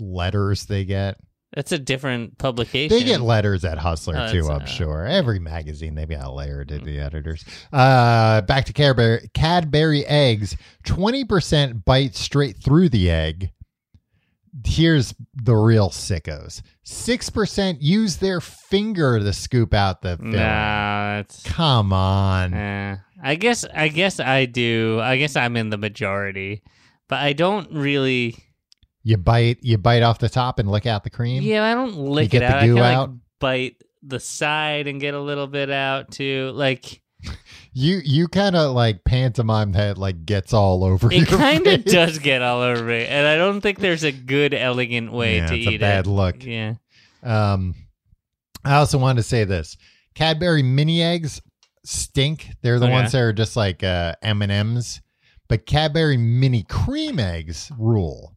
letters they get. That's a different publication. They get letters at Hustler Oh, too, that's, I'm uh, Hmm. sure. Every magazine they got a letter to the editors. Uh, back to Cadbury, Cadbury eggs. Twenty percent bite straight through the egg. Here's the real sickos. Six percent use their finger to scoop out the film. Nah, that's. Come on. eh. I guess I guess I do. I guess I'm in the majority, but I don't really. You bite. You bite off the top and lick out the cream. Yeah, I don't lick get it the out. I goo can, out? Like, bite the side and get a little bit out too. Like You you kind of like pantomime that like gets all over. it your kind of face. does get all over me, and I don't think there's a good, elegant way Yeah, to it's eat a bad it. look. Yeah, Um, I also wanted to say this: Cadbury mini eggs stink. They're the Okay. ones that are just like uh, M and M's, but Cadbury mini cream eggs rule.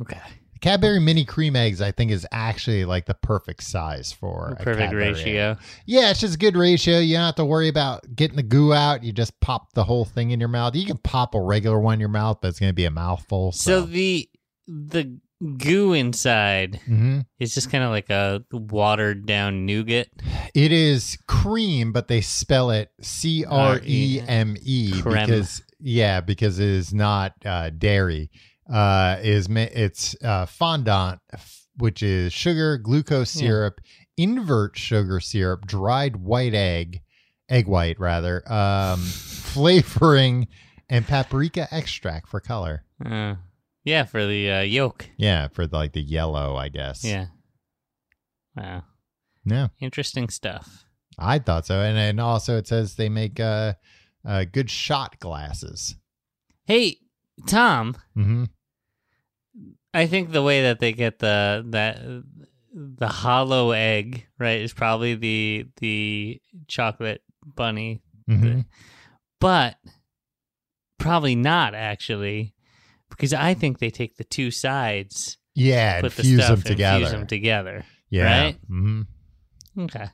okay, Cadbury mini cream eggs, I think, is actually like the perfect size for a perfect Cadbury egg. ratio. Yeah, it's just a good ratio. You don't have to worry about getting the goo out. You just pop the whole thing in your mouth. You can pop a regular one in your mouth, but it's going to be a mouthful. So So, the the goo inside Mhm. is just kind of like a watered down nougat. It is cream, but they spell it C R E M E Uh, Creme. because yeah, because it is not uh, dairy. Uh, is ma- it's uh, fondant, f- which is sugar, glucose Yeah. syrup, invert sugar syrup, dried white egg, egg white rather, um, flavoring, and paprika extract for color. Uh, yeah, for the uh, yolk. Yeah, for like the yellow, I guess. Yeah. Wow, yeah. interesting stuff. I thought so, and and also it says they make uh, uh good shot glasses. Hey, Tom. Mm-hmm. I think the way that they get the that the hollow egg right is probably the the chocolate bunny Mhm. but probably not actually because I think they take the two sides, Yeah, and put the fuse stuff them and together. fuse them together. yeah. right? Mhm. Okay.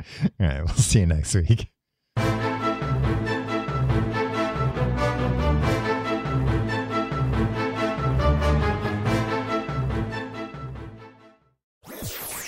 All right. We'll see you next week.